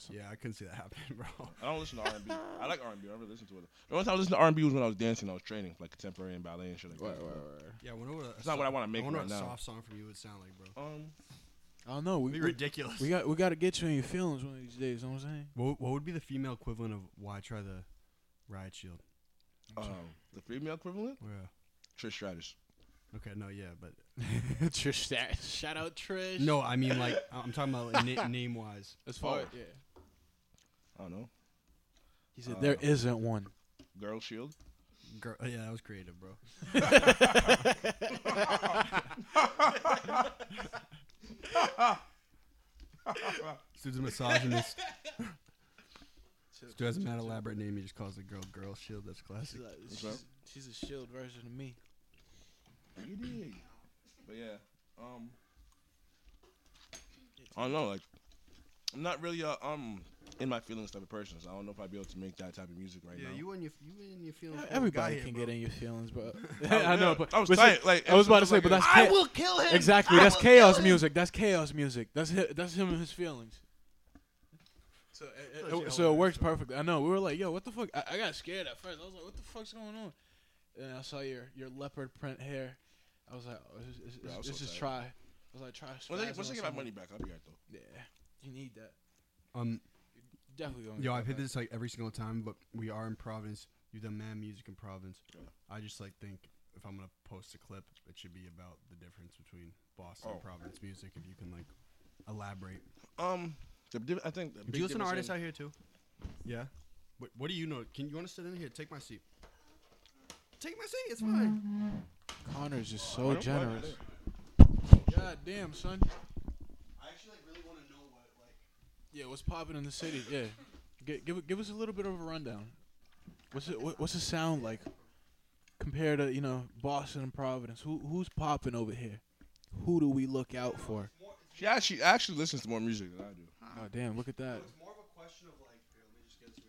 S1: Yeah, I couldn't see that happening, [laughs] bro.
S3: I don't listen to R and B. I like R and B. I never listen to it. The only time I listened to R and B was when I was dancing. I was training for like contemporary and ballet and shit like
S2: Right, right,
S3: that.
S2: right. right.
S1: Yeah, I wonder what.
S3: It's not what I want to
S1: I
S3: make
S1: wonder
S3: right
S1: what a
S3: now.
S1: soft song from you would sound like, bro.
S3: Um,
S2: I don't know. We,
S1: It'd be
S2: we,
S1: ridiculous.
S2: we got we got to get you in your feelings one of these days. You know what I'm saying?
S1: what, what would be the female equivalent of "Why Try the Riot Shield"?
S3: um, the female equivalent,
S1: Yeah.
S3: Trish Stratus.
S1: Okay, no, yeah, but
S2: [laughs] Trish, Stat- shout out Trish.
S1: no, I mean like [laughs] I'm talking about like, na- name wise.
S2: as far
S3: Oh.
S2: yeah,
S3: I don't know.
S2: he said
S3: Uh,
S2: there isn't one.
S3: Girl Shield.
S1: Girl, oh, yeah, that was creative, [laughs] bro. This dude's a misogynist. This dude has a mad elaborate name. He just calls the girl "Girl Shield." That's
S2: She's,
S1: classic.
S2: like-
S3: What's
S2: she's-
S3: up?
S2: she's a shield version of me.
S3: You dig. But yeah, um, I don't know. Like, I'm not really a um in my feelings type of person. So I don't know if I'd be able to make that type of music right now.
S1: and your you and your feelings.
S2: Everybody can get in your feelings, [laughs] bro. I know, but
S3: I was
S2: but see-
S3: tight, like,
S2: I was about to
S3: it's
S2: say,
S3: like
S2: but
S3: a-
S2: that's
S1: I
S2: cha-
S1: will kill him.
S2: exactly
S1: I
S2: that's
S1: will
S2: chaos
S1: kill him.
S2: music. That's chaos music. That's hi that's him and his feelings. So it- it,
S1: That's
S2: it-
S1: your
S2: so it
S1: own
S2: works perfectly. I know. We were like, yo, what the fuck? I, I got scared at first. I was like, what the fuck's going on? And I saw your your leopard print hair. I was like, oh, this, is-
S3: Yeah, I was
S2: this
S3: so
S2: is
S3: tight.
S2: try. I was like, try.
S3: Once I,
S2: spazzing
S3: once I
S2: on
S3: get my
S2: someone.
S3: money back, I'll be right though.
S2: Yeah, you need that.
S1: Um,
S2: Definitely going.
S1: Yo, I've hit this like every single time, but we are in Providence. You the man music in Providence.
S3: Yeah.
S1: I just like think if I'm gonna post a clip, it should be about the difference between Boston
S3: Oh.
S1: and Providence music. If you can like elaborate.
S3: Um, the, diff- I think. The
S1: Do
S3: big
S1: you listen to artists
S3: difference in-
S1: out here too? Yeah. What, what do you know? Can you want to sit in here? Take my seat. Take my seat. It's fine.
S2: Connor's just
S3: I
S2: so
S3: don't mind
S2: generous.
S3: it.
S2: God damn, son.
S1: I actually like really want to know what like.
S2: Yeah, what's popping in the city? Yeah, Gi- give give us a little bit of a rundown. What's it? What, what's the sound like compared to you know Boston and Providence? Who who's popping over here? Who do we look out for?
S3: She actually actually listens to more music than I do.
S2: Oh damn, look at that.
S1: It's more of a question of like. Here, let me just get this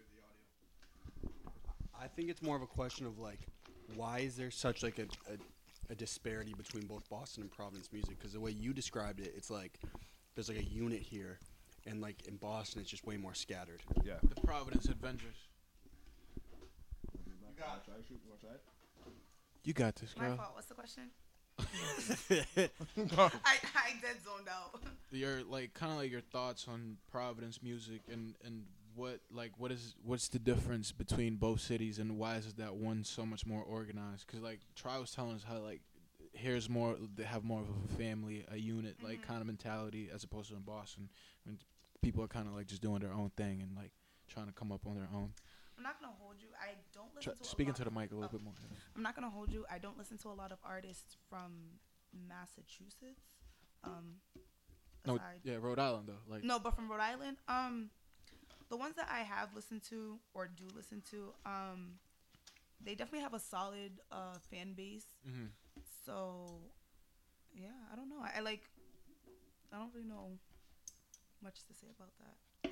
S1: with the audio. I think it's more of a question of like, why is there such like a, a, a disparity between both Boston and Providence music? Because the way you described it, it's like there's like a unit here, and like in Boston, it's just way more scattered.
S3: Yeah.
S2: The Providence Adventures.
S3: got. Try to shoot. You want to try it?
S2: You got this,
S4: My
S2: girl.
S4: fault. What's the question?
S2: [laughs]
S3: No.
S4: I, I dead zoned out. [laughs]
S2: your like kind of like your thoughts on Providence music and and what like what is what's the difference between both cities and why is that one so much more organized? Because like Try was telling us how like here's more they have more of a family, a unit like
S4: Mm-hmm.
S2: kind of mentality as opposed to in Boston when people are kind of like just doing their own thing and like trying to come up on their own.
S4: I'm not gonna hold you. I don't
S2: Try,
S4: listen to. a
S2: speaking
S4: lot-
S2: to the mic a little
S4: oh.
S2: bit more.
S4: I'm not gonna hold you. I don't listen to a lot of artists from Massachusetts. Um,
S2: No,
S4: aside-
S2: yeah, Rhode Island though. Like
S4: no, but from Rhode Island. Um, the ones that I have listened to or do listen to, um, they definitely have a solid uh, fan base.
S2: Mhm.
S4: So, yeah, I don't know. I, I like. I don't really know much to say about that.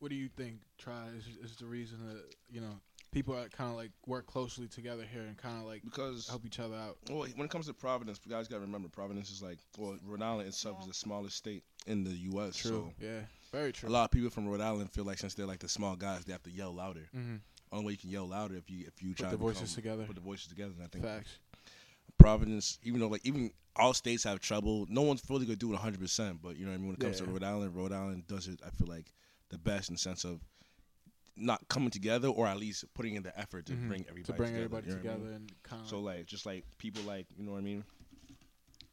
S2: what do you think try is, is the reason that you know people are kind of like work closely together here and kind of like
S3: [laughs] Because
S2: help each other out
S3: Well, when it comes to Providence, you guys gotta remember Providence is like well, Rhode Island itself is the smallest state in the U.S.
S2: yeah very
S3: So
S2: true
S3: a lot of people from Rhode Island feel like since they're like the small guys, they have to yell louder.
S2: Mhm.
S3: Only way you can yell louder if you if you try
S2: the
S3: to
S2: voices
S3: become-
S2: together.
S3: Put the voices together. And I think
S2: facts
S3: Providence, even though like even all states have trouble, no one's fully gonna do it 100. percent But you know what I mean. When it comes
S2: Yeah.
S3: to Rhode Island, Rhode Island does it. I feel like the best in the sense of not coming together or at least putting in the effort to
S2: Mhm.
S3: bring everybody
S2: to bring
S3: together,
S2: everybody
S3: you know what I mean?
S2: together and kind of
S3: So like just like people like you know what I mean.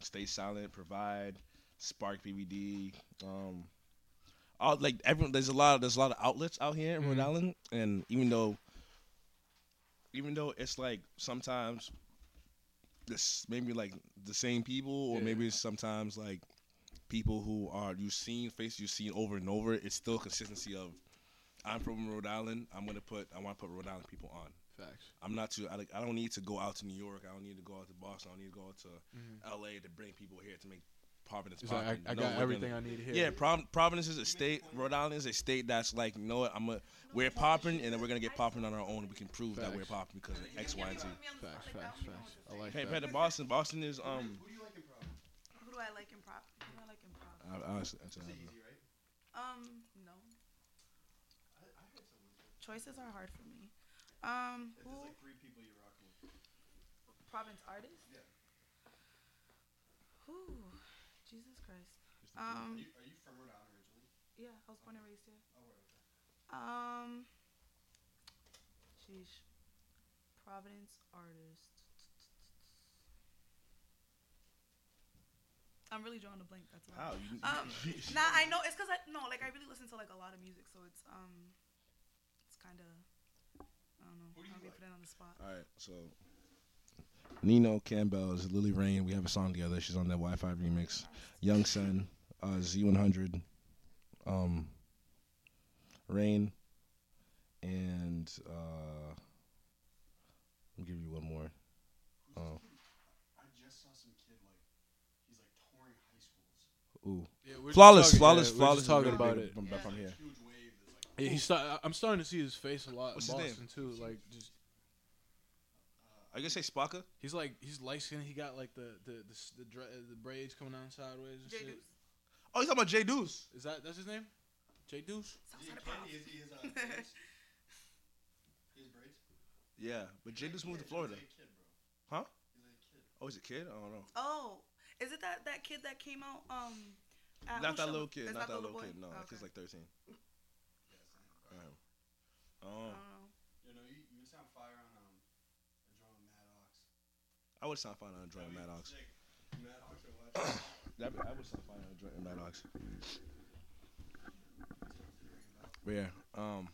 S3: Stay silent, provide, spark PVD. Um, all like everyone. There's a lot. There's a lot of outlets out here in Rhode
S2: Mhm.
S3: Island, and even though, even though it's like sometimes, this maybe like the same people, or
S2: Yeah.
S3: maybe it's sometimes like people who are you've seen faces you've seen over and over. It's still consistency of. I'm from Rhode Island. I'm gonna put. I want to put Rhode Island people on.
S2: facts
S3: I'm not too. I, like, I don't need to go out to New York. I don't need to go out to Boston. I don't need to go out to
S2: Mhm.
S3: L.A. to bring people here to make Providence.
S2: it's like I,
S3: poppin'.
S2: I
S3: No,
S2: got
S3: we're
S2: everything
S3: gonna-
S2: I need here
S3: yeah, Prov- Providence is a state. Rhode Island is a state that's like, you know what? I'm a we're popping, and then we're gonna get popping on our own. We can prove that we're
S2: Facts.
S3: popping because of X, Y, and Z.
S2: facts facts facts I like
S3: Hey,
S2: that
S3: compared to Boston, Boston is um.
S4: Who do I like in prop? Who do I like in prop?
S3: I, I, honestly- that's what I have.
S4: Um, no. Choices are hard for me. Um, who? Province artist? Yeah. Who? Jesus Christ. Um. Are you, from Rhode Island originally? Yeah, I was born and raised here.
S3: Oh,
S4: Um. Sheesh. Providence artist. I'm really drawing a blank. That's why.
S3: How? You,
S4: Um, Nah, I know it's because I no, like I really listen to like a lot of music, so it's um, it's kind of I don't know. I'm gonna be put on the spot.
S3: All right, so Nino Campbell is Lily Rain. We have a song together. She's on that Wi-Fi remix. Young Sun, uh, Z100, um, Rain, and uh, I'll give you one more. Oh,
S1: I just saw some kid like he's like touring high schools.
S3: ooh,
S2: Yeah, we're just
S3: flawless,
S2: talking-
S3: flawless,
S2: yeah, we're
S3: flawless.
S2: just
S3: is
S2: talking
S3: really big
S2: about it
S3: From, from here.
S1: Huge wave that's like
S2: yeah, he's start, I'm starting to see his face a lot
S3: What's
S2: in
S3: his name?
S2: Boston too like just
S3: Are you gonna say Spaka?
S2: he's like he's light skinned he got like the the the, the, dra- the braids coming down sideways and
S4: Jay
S2: shit
S4: Deuce.
S3: Oh, you talking about J Deuce?
S2: is that that's his name J Deuce
S4: Southside
S1: Kenny,
S4: of Providence.
S1: is he his uh, [laughs] braids? He has braids?
S3: Yeah, but J Deuce moved to Florida.
S1: He's a kid, bro.
S3: Huh?
S1: He's a kid.
S3: Oh, he's a kid. I don't know.
S4: Oh, is it that that kid that came out um? At
S3: Not that
S4: Hosha?
S3: little kid.
S4: Is
S3: Not
S4: the
S3: that little
S4: boy?
S3: kid. No,
S4: Oh,
S3: that kid's
S4: okay.
S3: like 13. Um,
S4: I
S3: Oh,
S4: don't know.
S1: You know, you, you would sound fire on um, a drum with Maddox.
S3: I would sound fine on drawing Maddox.
S1: Sick. Maddox or what?
S3: [coughs] That, I would still find a joint in Maddox. But yeah, um,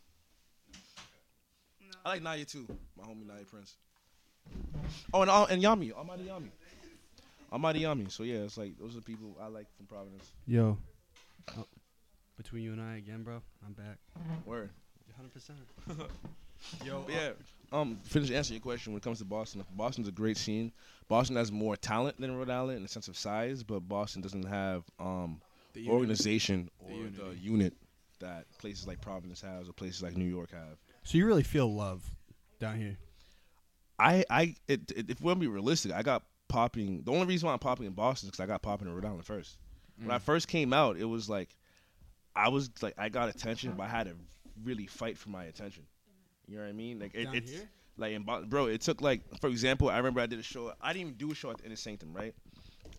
S4: No.
S3: I like Naya too. My homie Naya Prince. Oh, and all and Yami, Almighty Yami, Almighty Yami. So yeah, it's like those are the people I like from Providence.
S1: Yo.
S5: Between you and I again, bro. I'm back.
S3: Word.
S5: 100. percent
S1: Yo.
S3: But yeah, um, finish answering your question when it comes to Boston. Boston's a great scene. Boston has more talent than Rhode Island in the sense of size, but Boston doesn't have um
S2: the unit.
S3: organization
S2: The
S3: or the
S2: unity.
S3: unit that places like Providence has or places like New York have.
S1: So you really feel love down here?
S3: I, I, it, it, if we're gonna be realistic, I got popping. The only reason why I'm popping in Boston is because I got popping in Rhode Island first. When I
S1: Mm.
S3: first came out, it was like I was like I got attention, but I had to really fight for my attention. You know what I mean? Like it,
S1: Down
S3: it's
S1: here?
S3: Like, in, Bo- bro, it took like, for example, I remember I did a show. I didn't even do a show at the Inner Sanctum, right?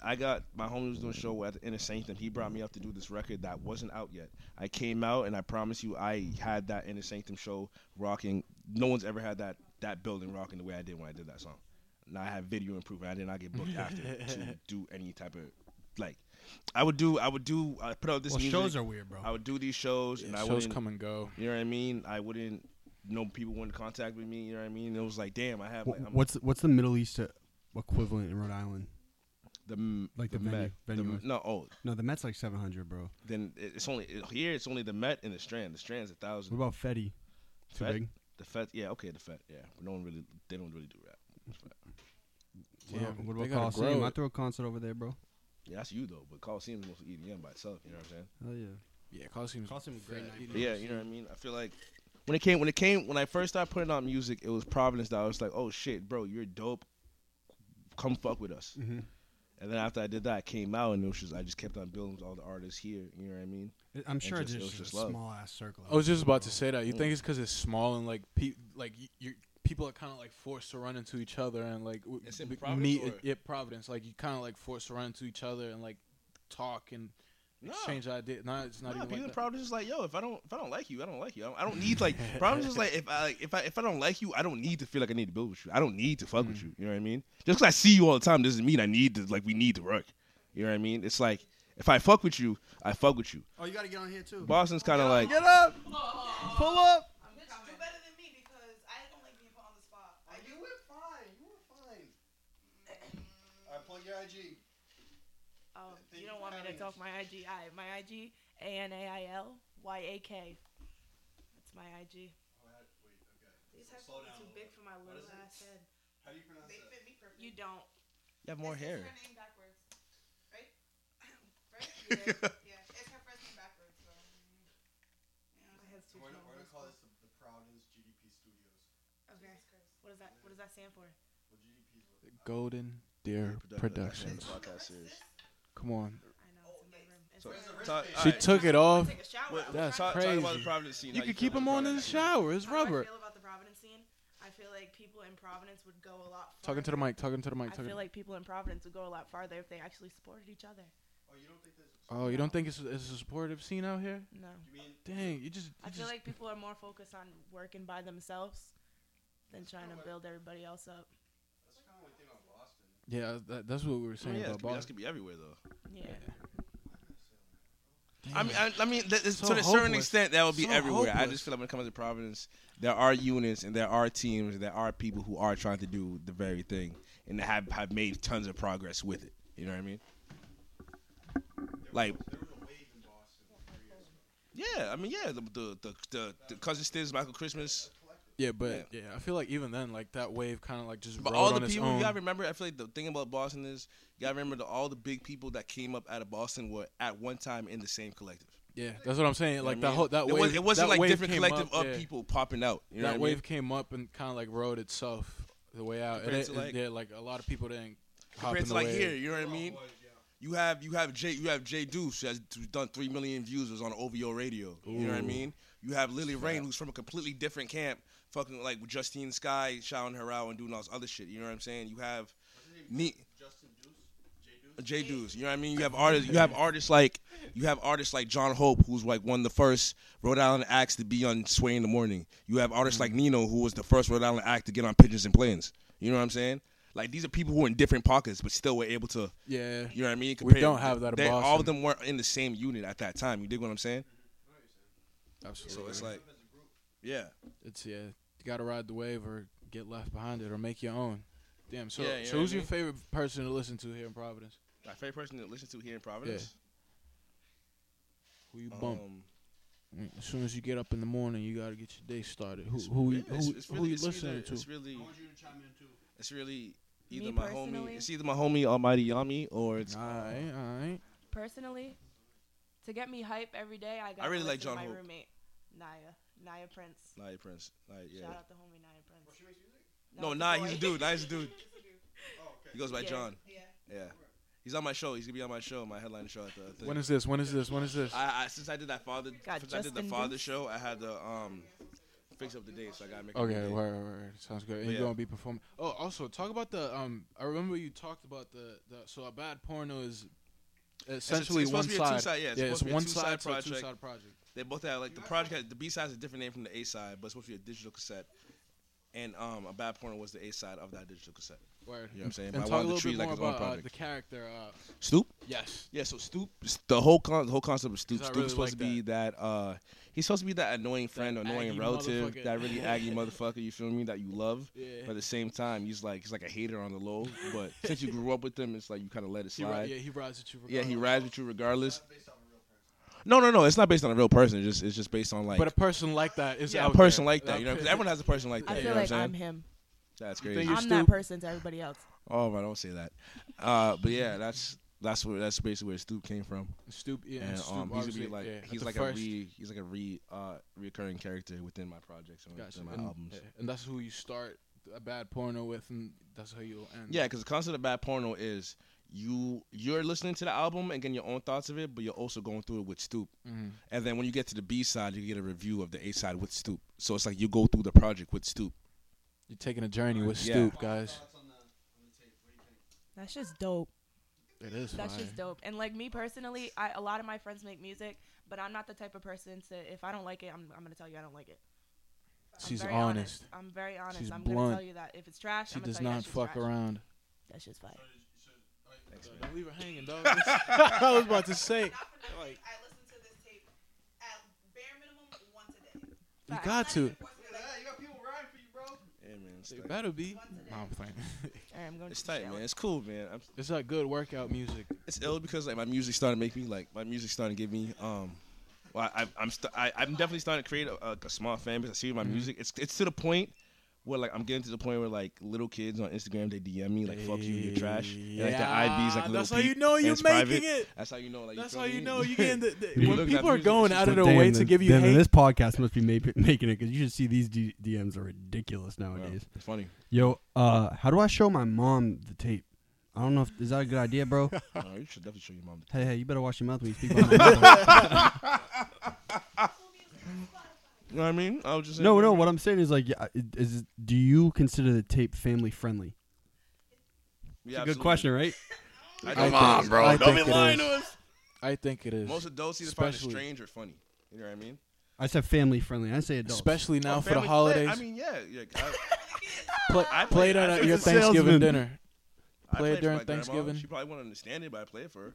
S3: I got my homie was doing a show at the Inner Sanctum. He brought me up to do this record that wasn't out yet. I came out and I promise you, I had that Inner Sanctum show rocking. No one's ever had that that building rocking the way I did when I did that song. And I have video improvement. I did not get
S1: [laughs]
S3: booked after to do any type of like. I would do. I would do. I put out this
S1: Well,
S3: music.
S1: shows are weird, bro.
S3: I would do these shows, and I
S2: shows
S3: wouldn't.
S2: come and go.
S3: You know what I mean? I wouldn't. No people wouldn't contact with me. You know what I mean? It was like, damn, I have. Like,
S1: Wh-
S3: I'm-
S1: What's what's the Middle East uh, equivalent in Rhode Island?
S3: the m-
S1: like the
S3: Met,
S1: venue-
S3: the-
S1: venue.
S3: no, oh,
S1: No, the Met's like seven hundred, bro.
S3: then it- it's only it- here. It's only the Met and the Strand. The Strand's a
S1: What
S3: thousand.
S1: about Fetty? Too
S3: Fet?
S1: big.
S3: The Fed, yeah, okay, the Fed, yeah. But no one really, they don't really do rap. It's rap.
S2: Damn,
S1: What about- what
S2: they
S1: about
S2: gotta
S1: Coliseum?
S2: grow
S1: I
S2: it.
S1: throw a concert over there, bro.
S3: Yeah, that's you though. But Coliseum's mostly EDM by itself. You know what I'm saying?
S1: Hell yeah.
S2: Yeah, Coliseum's
S1: Coliseum's a great night.
S3: But yeah, you know what I mean. I feel like when it came, when it came, when I first started putting out music, it was Providence that I was like, oh shit, bro, you're dope. Come fuck with us.
S1: Mhm.
S3: And then after I did that, I came out and it was just I just kept on building with all the artists here. You know what I mean?
S1: I- I'm sure
S3: just-
S1: it's
S3: it was
S1: just,
S3: just
S1: a
S3: love.
S1: small ass circle.
S2: I was just about to say that.
S3: Mm.
S2: You think it's because it's small and like pe- like y- you people are kind of like forced to run into each other and like w-
S3: It's in
S2: b-
S3: Providence,
S2: meet
S3: or-
S2: yeah Providence. Like you kind of like forced to run into each other and like talk and
S3: No.
S2: exchange ideas. No, it's not
S3: Nah,
S2: even
S3: people
S2: like
S3: in
S2: that.
S3: Providence is like, yo, if I don't, if I don't like you, I don't like you. I don't, I don't need like Providence is like, if I, like, if I, if I don't like you, I don't need to feel like I need to build with you. I don't need to fuck with you. You know what I mean? Just 'cause I see you all the time doesn't mean I need to like we need to work. You know what I mean? It's like if I fuck with you, I fuck with you.
S1: Oh, you gotta get on here too.
S3: Boston's kind of like,
S1: up.
S4: [laughs] Pull up. Bitch, Oh. do better than me because I don't like being put on the spot. I do.
S1: fine. You were fine. Uh, I plug your IG.
S4: Oh,
S6: Um, you
S1: Thank you
S6: don't
S1: for
S6: want me to
S1: having
S6: talk my IG. I my IG A N A I L Y A K. That's my IG.
S4: These
S1: So
S4: headphones
S1: slow down
S4: are
S1: a
S4: too
S1: little
S4: big for my
S1: What
S4: little
S1: is it?
S4: ass head.
S1: How do you pronounce
S4: They fit me perfect.
S6: You don't.
S3: you have more
S4: It's-
S3: hair.
S4: It's her name backwards, right?
S2: [laughs]
S4: right? Yeah. yeah. It's her first name backwards. So. Yeah, my head's too small.
S1: the, the Providence GDP Studios.
S4: Okay.
S6: What does that What does that stand for?
S1: Well, GDP is
S2: Golden Deer Productions.
S3: Podcast series.
S2: Come on,
S6: I know it's in my room. It's in
S3: So-
S6: my room.
S3: Talk-
S1: She
S3: all
S2: she
S3: right.
S2: took it off.
S6: Take a shower.
S3: Wait,
S6: I'm
S2: That's
S6: trying to-
S3: talk, talk about
S2: crazy.
S3: the Providence scene.
S2: You
S3: How
S2: could
S3: feel
S2: keep
S3: about
S2: him on in the
S3: Providence?
S2: shower. It's
S6: How do I
S2: Robert.
S6: feel about the Providence scene? I feel like people in Providence would go a lot. Farther.
S2: Talking to the mic. Talking to the mic.
S6: I
S2: Talking.
S6: feel like people in Providence would go a lot farther if they actually supported each other.
S1: Oh, you don't think there's.
S2: oh, you don't think it's, it's a supportive scene out here?
S6: No.
S1: You mean
S2: Dang, you just. You
S6: I feel
S2: just-
S6: like people are more focused on working by themselves than trying to build everybody else up.
S1: that's kind of what we think about Boston.
S2: Yeah, that, that's what we were
S3: Oh,
S2: saying
S3: yeah,
S2: about
S3: that's
S2: Boston.
S3: gonna be everywhere though.
S6: Yeah.
S3: I mean, I, I mean, that is,
S2: So
S3: to a certain
S2: hopeless.
S3: extent, that would be
S2: So
S3: everywhere. I
S2: hopeless.
S3: just feel like when it comes to Providence, there are units and there are teams and there are people who are trying to do the very thing and they have have made tons of progress with it. You know what I mean? Like,
S1: There was a wave in Boston. three years ago.
S3: yeah, I mean, yeah, the the the, the, the cousin Stiz, Michael Christmas,
S2: Yeah, but yeah. I feel like even then, like that wave kind of like just
S3: but
S2: rode on
S3: all the
S2: its
S3: people
S2: own.
S3: you gotta remember. I feel like the thing about Boston is you gotta remember that all the big people that came up out of Boston were at one time in the same collective.
S2: yeah, that's what I'm saying. Like
S3: You
S2: that
S3: know
S2: whole
S3: what I
S2: that
S3: mean?
S2: wave.
S3: it was, it wasn't
S2: that
S3: like
S2: wave
S3: different
S2: came
S3: collective
S2: up,
S3: of
S2: yeah.
S3: people popping out. You know
S2: that
S3: what I mean?
S2: wave came up and kind of like rode itself the way out. It,
S3: Compared to,
S2: it-
S3: like-
S2: yeah, like a lot of people didn't. hop in
S3: compared to
S2: the
S3: like
S2: wave.
S3: here. You know what I mean?
S1: Boys, yeah.
S3: You have you have Jay you have Jay Deuce who has done three million views was on OVO radio. You know what I
S2: Ooh.
S3: mean? You have Lily Rain who's from a completely different camp, fucking like with Justine Sky shouting her out and doing all this other shit. You know what I'm saying? You have
S1: What's his name?
S3: Ne-
S1: Justin Deuce. J Deuce.
S3: Jay Deuce. You know what I
S2: [laughs]
S3: mean? You have artists. You have artists like you have artists like John Hope, who's like one of the first Rhode Island acts to be on Sway in the Morning. You have artists
S2: Mm-hmm.
S3: like Nino, who was the first Rhode Island act to get on pigeons and planes. You know what I'm saying? Like these are people who are in different pockets, but still were able to
S2: Yeah,
S3: you know what I mean?
S2: We don't have that in
S3: They, all of
S2: Boston.
S3: them weren't in the same unit at that time. You dig what I'm saying?
S2: absolutely.
S3: So it's like, yeah,
S2: it's yeah, you gotta ride the wave or get left behind it or make your own. Damn. So,
S3: Yeah, you know
S2: so
S3: what
S2: who's
S3: I
S2: your
S3: mean?
S2: favorite person to listen to here in Providence?
S3: my favorite person to listen to here in Providence.
S2: Who you
S3: Um,
S2: bump? As soon as you get up in the morning, you gotta get your day started. Who
S3: it's-
S2: who
S3: yeah,
S2: you- who, who you
S3: it's
S2: listening
S3: either-
S2: to?
S3: It's really,
S1: I want you to chime in too.
S3: it's
S6: Me
S3: really either my homie,
S6: personally?
S3: it's either my homie Almighty Yami or it's.
S2: All right, all right.
S6: Personally, to get me hype every day, I got.
S3: really like John
S6: my
S3: Hope.
S6: roommate, Naya, Naya Prince.
S3: Naya Prince, Naya, yeah.
S6: Shout out the homie Naya
S1: Well,
S6: Prince.
S1: she makes music.
S3: No,
S6: it's
S3: nah,
S6: boy.
S3: he's a dude. Nah, he's a dude.
S1: Oh, okay.
S3: He goes by
S6: Yeah.
S3: John.
S4: Yeah.
S3: Yeah, he's on my show. He's gonna be on my show, my headline show at the. thing.
S2: When is this? When is this? When is this?
S3: I, I since I did that father
S6: Got
S3: since I did the
S6: Justin
S3: father
S6: Bieber.
S3: show, I had the um fix up the date, so I gotta make.
S2: Okay,
S3: it
S2: right, right, right. Sounds good. And
S3: But
S2: you're
S3: yeah.
S2: gonna be performing. Oh, also talk about the um. I remember you talked about the, the so a bad porno is essentially
S3: it's
S2: one
S3: supposed to be a
S2: side.
S3: two-side- yeah, it's supposed
S2: it's
S3: to be a
S2: one
S3: two-side
S2: side for a
S3: project.
S2: two side project.
S3: They both have like the project. Has, the B side is a different name from the A side, but it's supposed to be a digital cassette. And um, a bad porno was the A side of that digital cassette.
S2: Word.
S3: You know what I'm saying?
S2: And
S3: But I
S2: talk a
S3: wanted to
S2: little
S3: treat
S2: bit
S3: it like
S2: more
S3: its own
S2: about uh,
S3: project.
S2: the character. Uh,
S3: Stoop.
S2: yes.
S3: Yeah, so Stoop, the whole con- the whole concept of Stoop,
S2: Because I
S3: Stoop's
S2: really
S3: supposed
S2: like
S3: to be that. uh he's supposed to be that annoying friend, or annoying
S2: Aggie
S3: relative,
S2: motherfucker.
S3: that
S2: [laughs]
S3: really aggy motherfucker. You feel me? That you love,
S2: Yeah.
S3: but at the same time, he's like he's like a hater on the low.
S2: [laughs]
S3: But since you grew up with him, it's like you kind of let it
S2: He ri-
S3: slide.
S2: yeah, he rides with you.
S3: yeah, he
S2: regardless.
S3: rides with you regardless. No, no, no. It's not based on a real person. It's just it's just based on like
S2: But a person like that is
S3: yeah,
S2: out
S3: a person
S2: there.
S3: like that. You know, 'cause everyone has a person like
S6: [laughs]
S3: that.
S6: I
S3: you
S6: feel
S3: know
S6: like
S3: what I'm
S6: I'm
S3: saying?
S6: him.
S3: That's
S2: You
S3: crazy.
S2: think
S6: I'm
S2: You're
S6: that
S2: stupid.
S6: person to everybody else.
S3: Oh, I don't say that. Uh, but yeah, that's that's where that's basically where Stoop came from.
S2: Stoop. Yeah,
S3: and
S2: Stoop,
S3: um, he's gonna
S2: obviously,
S3: be like
S2: yeah, at
S3: he's
S2: the
S3: like
S2: first.
S3: a re he's like a re uh recurring character within my projects and
S2: Gotcha.
S3: within my
S2: and,
S3: albums.
S2: yeah, and that's who you start a bad porno with, and that's how you'll end.
S3: Yeah, because the concept of bad porno is you you're listening to the album and getting your own thoughts of it, but you're also going through it with Stoop.
S2: Mhm.
S3: And then when you get to the B side, you get a review of the A side with Stoop. So it's like you go through the project with Stoop.
S2: You're taking a journey with
S3: Yeah.
S2: Stoop, guys.
S6: That's just dope.
S2: It is.
S6: That's
S2: fire.
S6: just dope. And like me personally, I a lot of my friends make music, but I'm not the type of person to if I don't like it, I'm I'm gonna tell you I don't like it. I'm
S2: She's
S6: very
S2: honest.
S6: I'm very honest.
S2: She's
S6: I'm
S2: blunt.
S6: gonna tell you that if it's trash,
S2: She
S6: I'm gonna
S2: does
S6: tell you
S2: not
S6: that shit's
S2: fuck
S6: trash.
S2: around.
S6: That's just fine.
S2: Don't leave her hanging, [laughs] dog. I was about to say.
S4: Not for nothing,
S2: Like-
S4: I listen to this tape at bare minimum once a day.
S2: You
S6: Facts.
S2: got to.
S4: Once a day.
S3: Yeah, man, it's,
S2: It
S3: tight.
S2: better be. No, I'm playing. [laughs]
S6: All right, I'm going
S3: It's
S6: to the
S3: tight,
S6: shower.
S3: man. It's cool, man. I'm,
S2: it's that good workout music.
S3: it's ill because like my music started to make me like my music started to give me um well I, I'm st- I, I'm definitely starting to create a, a, a small fan base. I see my
S2: Mm-hmm.
S3: music. It's it's to the point where like I'm getting to the point where like little kids on Instagram they DM me like fuck you you're trash. And, like the IB's like a
S2: Yeah,
S3: little
S2: that's how you
S3: peep,
S2: know
S3: and
S2: you're
S3: it's private.
S2: making it.
S3: That's how you know like
S2: That's
S3: feel
S2: how
S3: me?
S2: you [laughs] know you
S3: [laughs]
S2: getting the.
S1: You
S2: the when
S3: look at
S2: people
S3: that
S2: are
S3: music,
S2: going
S3: it's
S2: out
S3: like,
S2: of their
S1: Damn,
S2: way to
S1: then-
S2: give you
S1: then
S2: hate.
S1: This podcast must be ma- making it because you should see these D- DMs are ridiculous nowadays.
S3: It's funny.
S1: Yo, uh, how do I show my mom the tape? I don't know if is that a good idea, bro. [laughs]
S2: [laughs]
S3: Uh, you should definitely show your mom.
S1: hey, hey, you better wash your mouth when you speak. About my mother.
S3: You know what I mean? I was just saying,
S1: no, no. What I'm saying is like, yeah, it- is do you consider the tape family friendly?
S3: Yeah,
S1: It's a good
S3: absolutely.
S1: question, right?
S3: I
S2: Come
S3: think
S2: on,
S3: it's-
S2: bro.
S3: I
S2: Don't
S3: think
S2: be
S3: it
S2: lying
S3: is.
S2: to I think it is.
S3: Most adults see the part of
S2: Especially-
S3: strange or funny. You know what I mean?
S1: I said family friendly. I didn't say adults.
S2: Especially now
S3: Oh,
S2: for the
S3: family-
S2: holidays.
S3: I mean, yeah. yeah I,
S2: Pla-
S3: I
S2: play
S3: play-
S2: it
S3: I
S2: at
S3: think
S2: your
S3: it's a
S2: Thanksgiving
S1: salesman.
S2: dinner.
S3: I
S2: Play it
S3: play
S2: during
S3: it for my grandma.
S2: Thanksgiving.
S3: She probably wouldn't understand it, but I play it for her.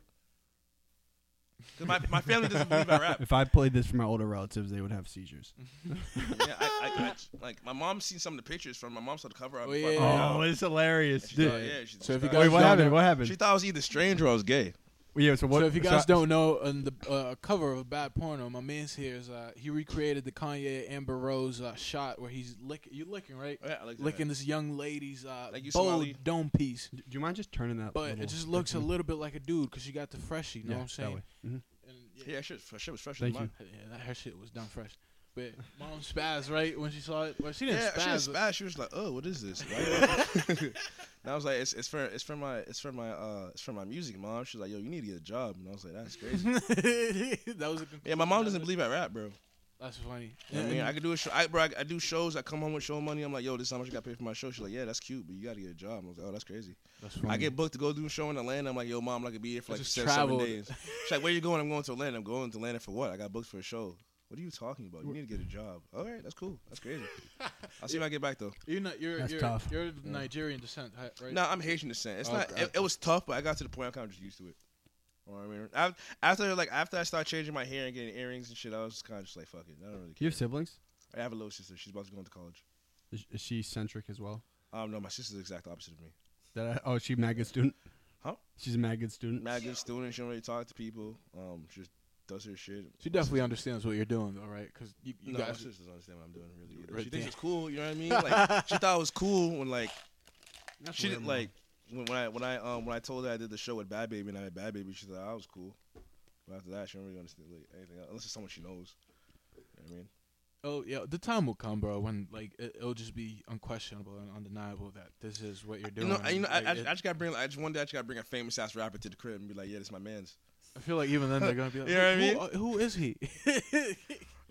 S3: Cause my, my family doesn't believe I
S2: [laughs]
S3: rap.
S1: If I played this for my older relatives, they would have seizures.
S3: Yeah, I, I, I, like my mom's seen some of the pictures from my mom saw the cover art.
S2: Oh,
S3: before I
S2: yeah.
S3: found out.
S1: Oh, it's hilarious.
S3: She thought,
S1: dude.
S3: yeah, she,
S2: So if
S3: she
S2: you
S1: Wait,
S3: thought,
S2: guys
S1: what
S2: don't
S1: happened?
S2: know-
S1: What
S3: she
S1: happened?
S3: thought I was either strange or I was gay.
S1: Yeah. So what?
S2: so if you
S1: so
S2: guys
S1: I-
S2: don't know, on the uh, cover of Bad Porno, my man's here is uh, he recreated the Kanye Amber Rose uh, shot where he's lick you licking right,
S3: Oh, yeah, I like that.
S2: licking this young lady's uh,
S3: Like you,
S2: bowl
S3: Somali.
S2: dome piece,
S1: do you mind just turning that?
S2: but
S1: little
S2: it just looks a
S1: thing?
S2: little bit like a dude because she got the freshie. You know
S1: Mm-hmm.
S2: what
S1: Yeah,
S2: I'm saying?
S1: That way. Mhm.
S2: And, yeah,
S3: Yeah, shit, shit was fresh.
S1: Thank
S3: as mine.
S2: yeah, that her shit was done fresh. But mom spazzed right when she saw it. Well, she didn't
S3: Yeah,
S2: spaz.
S3: she was
S2: but-
S3: spaz. She was like, "Oh, what is this?"
S2: [laughs]
S3: Why- [laughs] and I was like, "It's it's for it's for my it's for my uh it's for my music, mom." She's like, "Yo, you need to get a job." And I was like,
S2: [laughs]
S3: "That's crazy."
S2: that was a
S3: yeah, my mom doesn't believe I rap, bro.
S2: That's funny.
S3: You know what I mean, I could do a show. I, bro, I, I do shows. I come home with show money. I'm like, yo, this is how much you got paid for my show. She's like, yeah, that's cute, but you got to get a job. I was like, oh, that's crazy.
S2: That's funny.
S3: I get booked to go do a show in Atlanta. I'm like, yo, mom, I could be here for
S2: I
S3: like
S2: just
S3: six, seven
S2: traveled.
S3: days. She's like, where you going? I'm going to Atlanta. I'm going to Atlanta for what? I got booked for a show. What are you talking about? You need to get a job. All right, that's cool.
S2: [laughs]
S3: That's crazy. I'll see when I get back though.
S2: You're not. You're.
S1: That's
S2: you're,
S1: tough.
S2: You're of Nigerian descent, hi- right?
S3: No, I'm Haitian descent. It's not.
S2: Okay.
S3: It, it was tough, but I got to the point. I'm kind of just used to it. You know what I mean, Af- after like after I started changing my hair and getting earrings and shit, I was just kind of just like, fuck it. I don't really
S1: Do you
S3: care.
S1: have siblings?
S3: I have a little sister. She's about to go into college.
S1: Is, is she centric as well?
S3: Um, no, my sister's the exact opposite [laughs] of me.
S1: That I, oh, she mad good student.
S3: Huh?
S1: She's a mad good student.
S3: Mad good student. She don't really talk to people. Um, she just does her shit.
S2: She definitely understands what you're doing, though, right? Because you, you
S3: no, my
S2: guys.
S3: sister doesn't understand what I'm doing really. Either.
S2: Right
S3: she thinks
S2: there.
S3: it's cool. You know what
S2: [laughs]
S3: I mean? Like she thought it was cool when like
S1: That's
S3: she
S1: weird,
S3: didn't
S1: man.
S3: like when, when I when I um when I told her I did the show with Bad Baby and I had Bad Baby. She thought I was cool. But after that, she don't really understand like anything else, unless it's someone she knows. You know what I mean?
S2: Oh yeah, the time will come, bro, when like it, it'll just be unquestionable and undeniable that this is what you're doing.
S3: You know, I, you know, I,
S2: Like,
S3: I, I
S2: it-
S3: just gotta bring. I just one day I just gotta bring a famous ass rapper to the crib and be like, "Yeah, this my man's." [laughs]
S2: I feel like even then they're gonna be like, [laughs]
S3: You know what I
S2: "Who- who is he?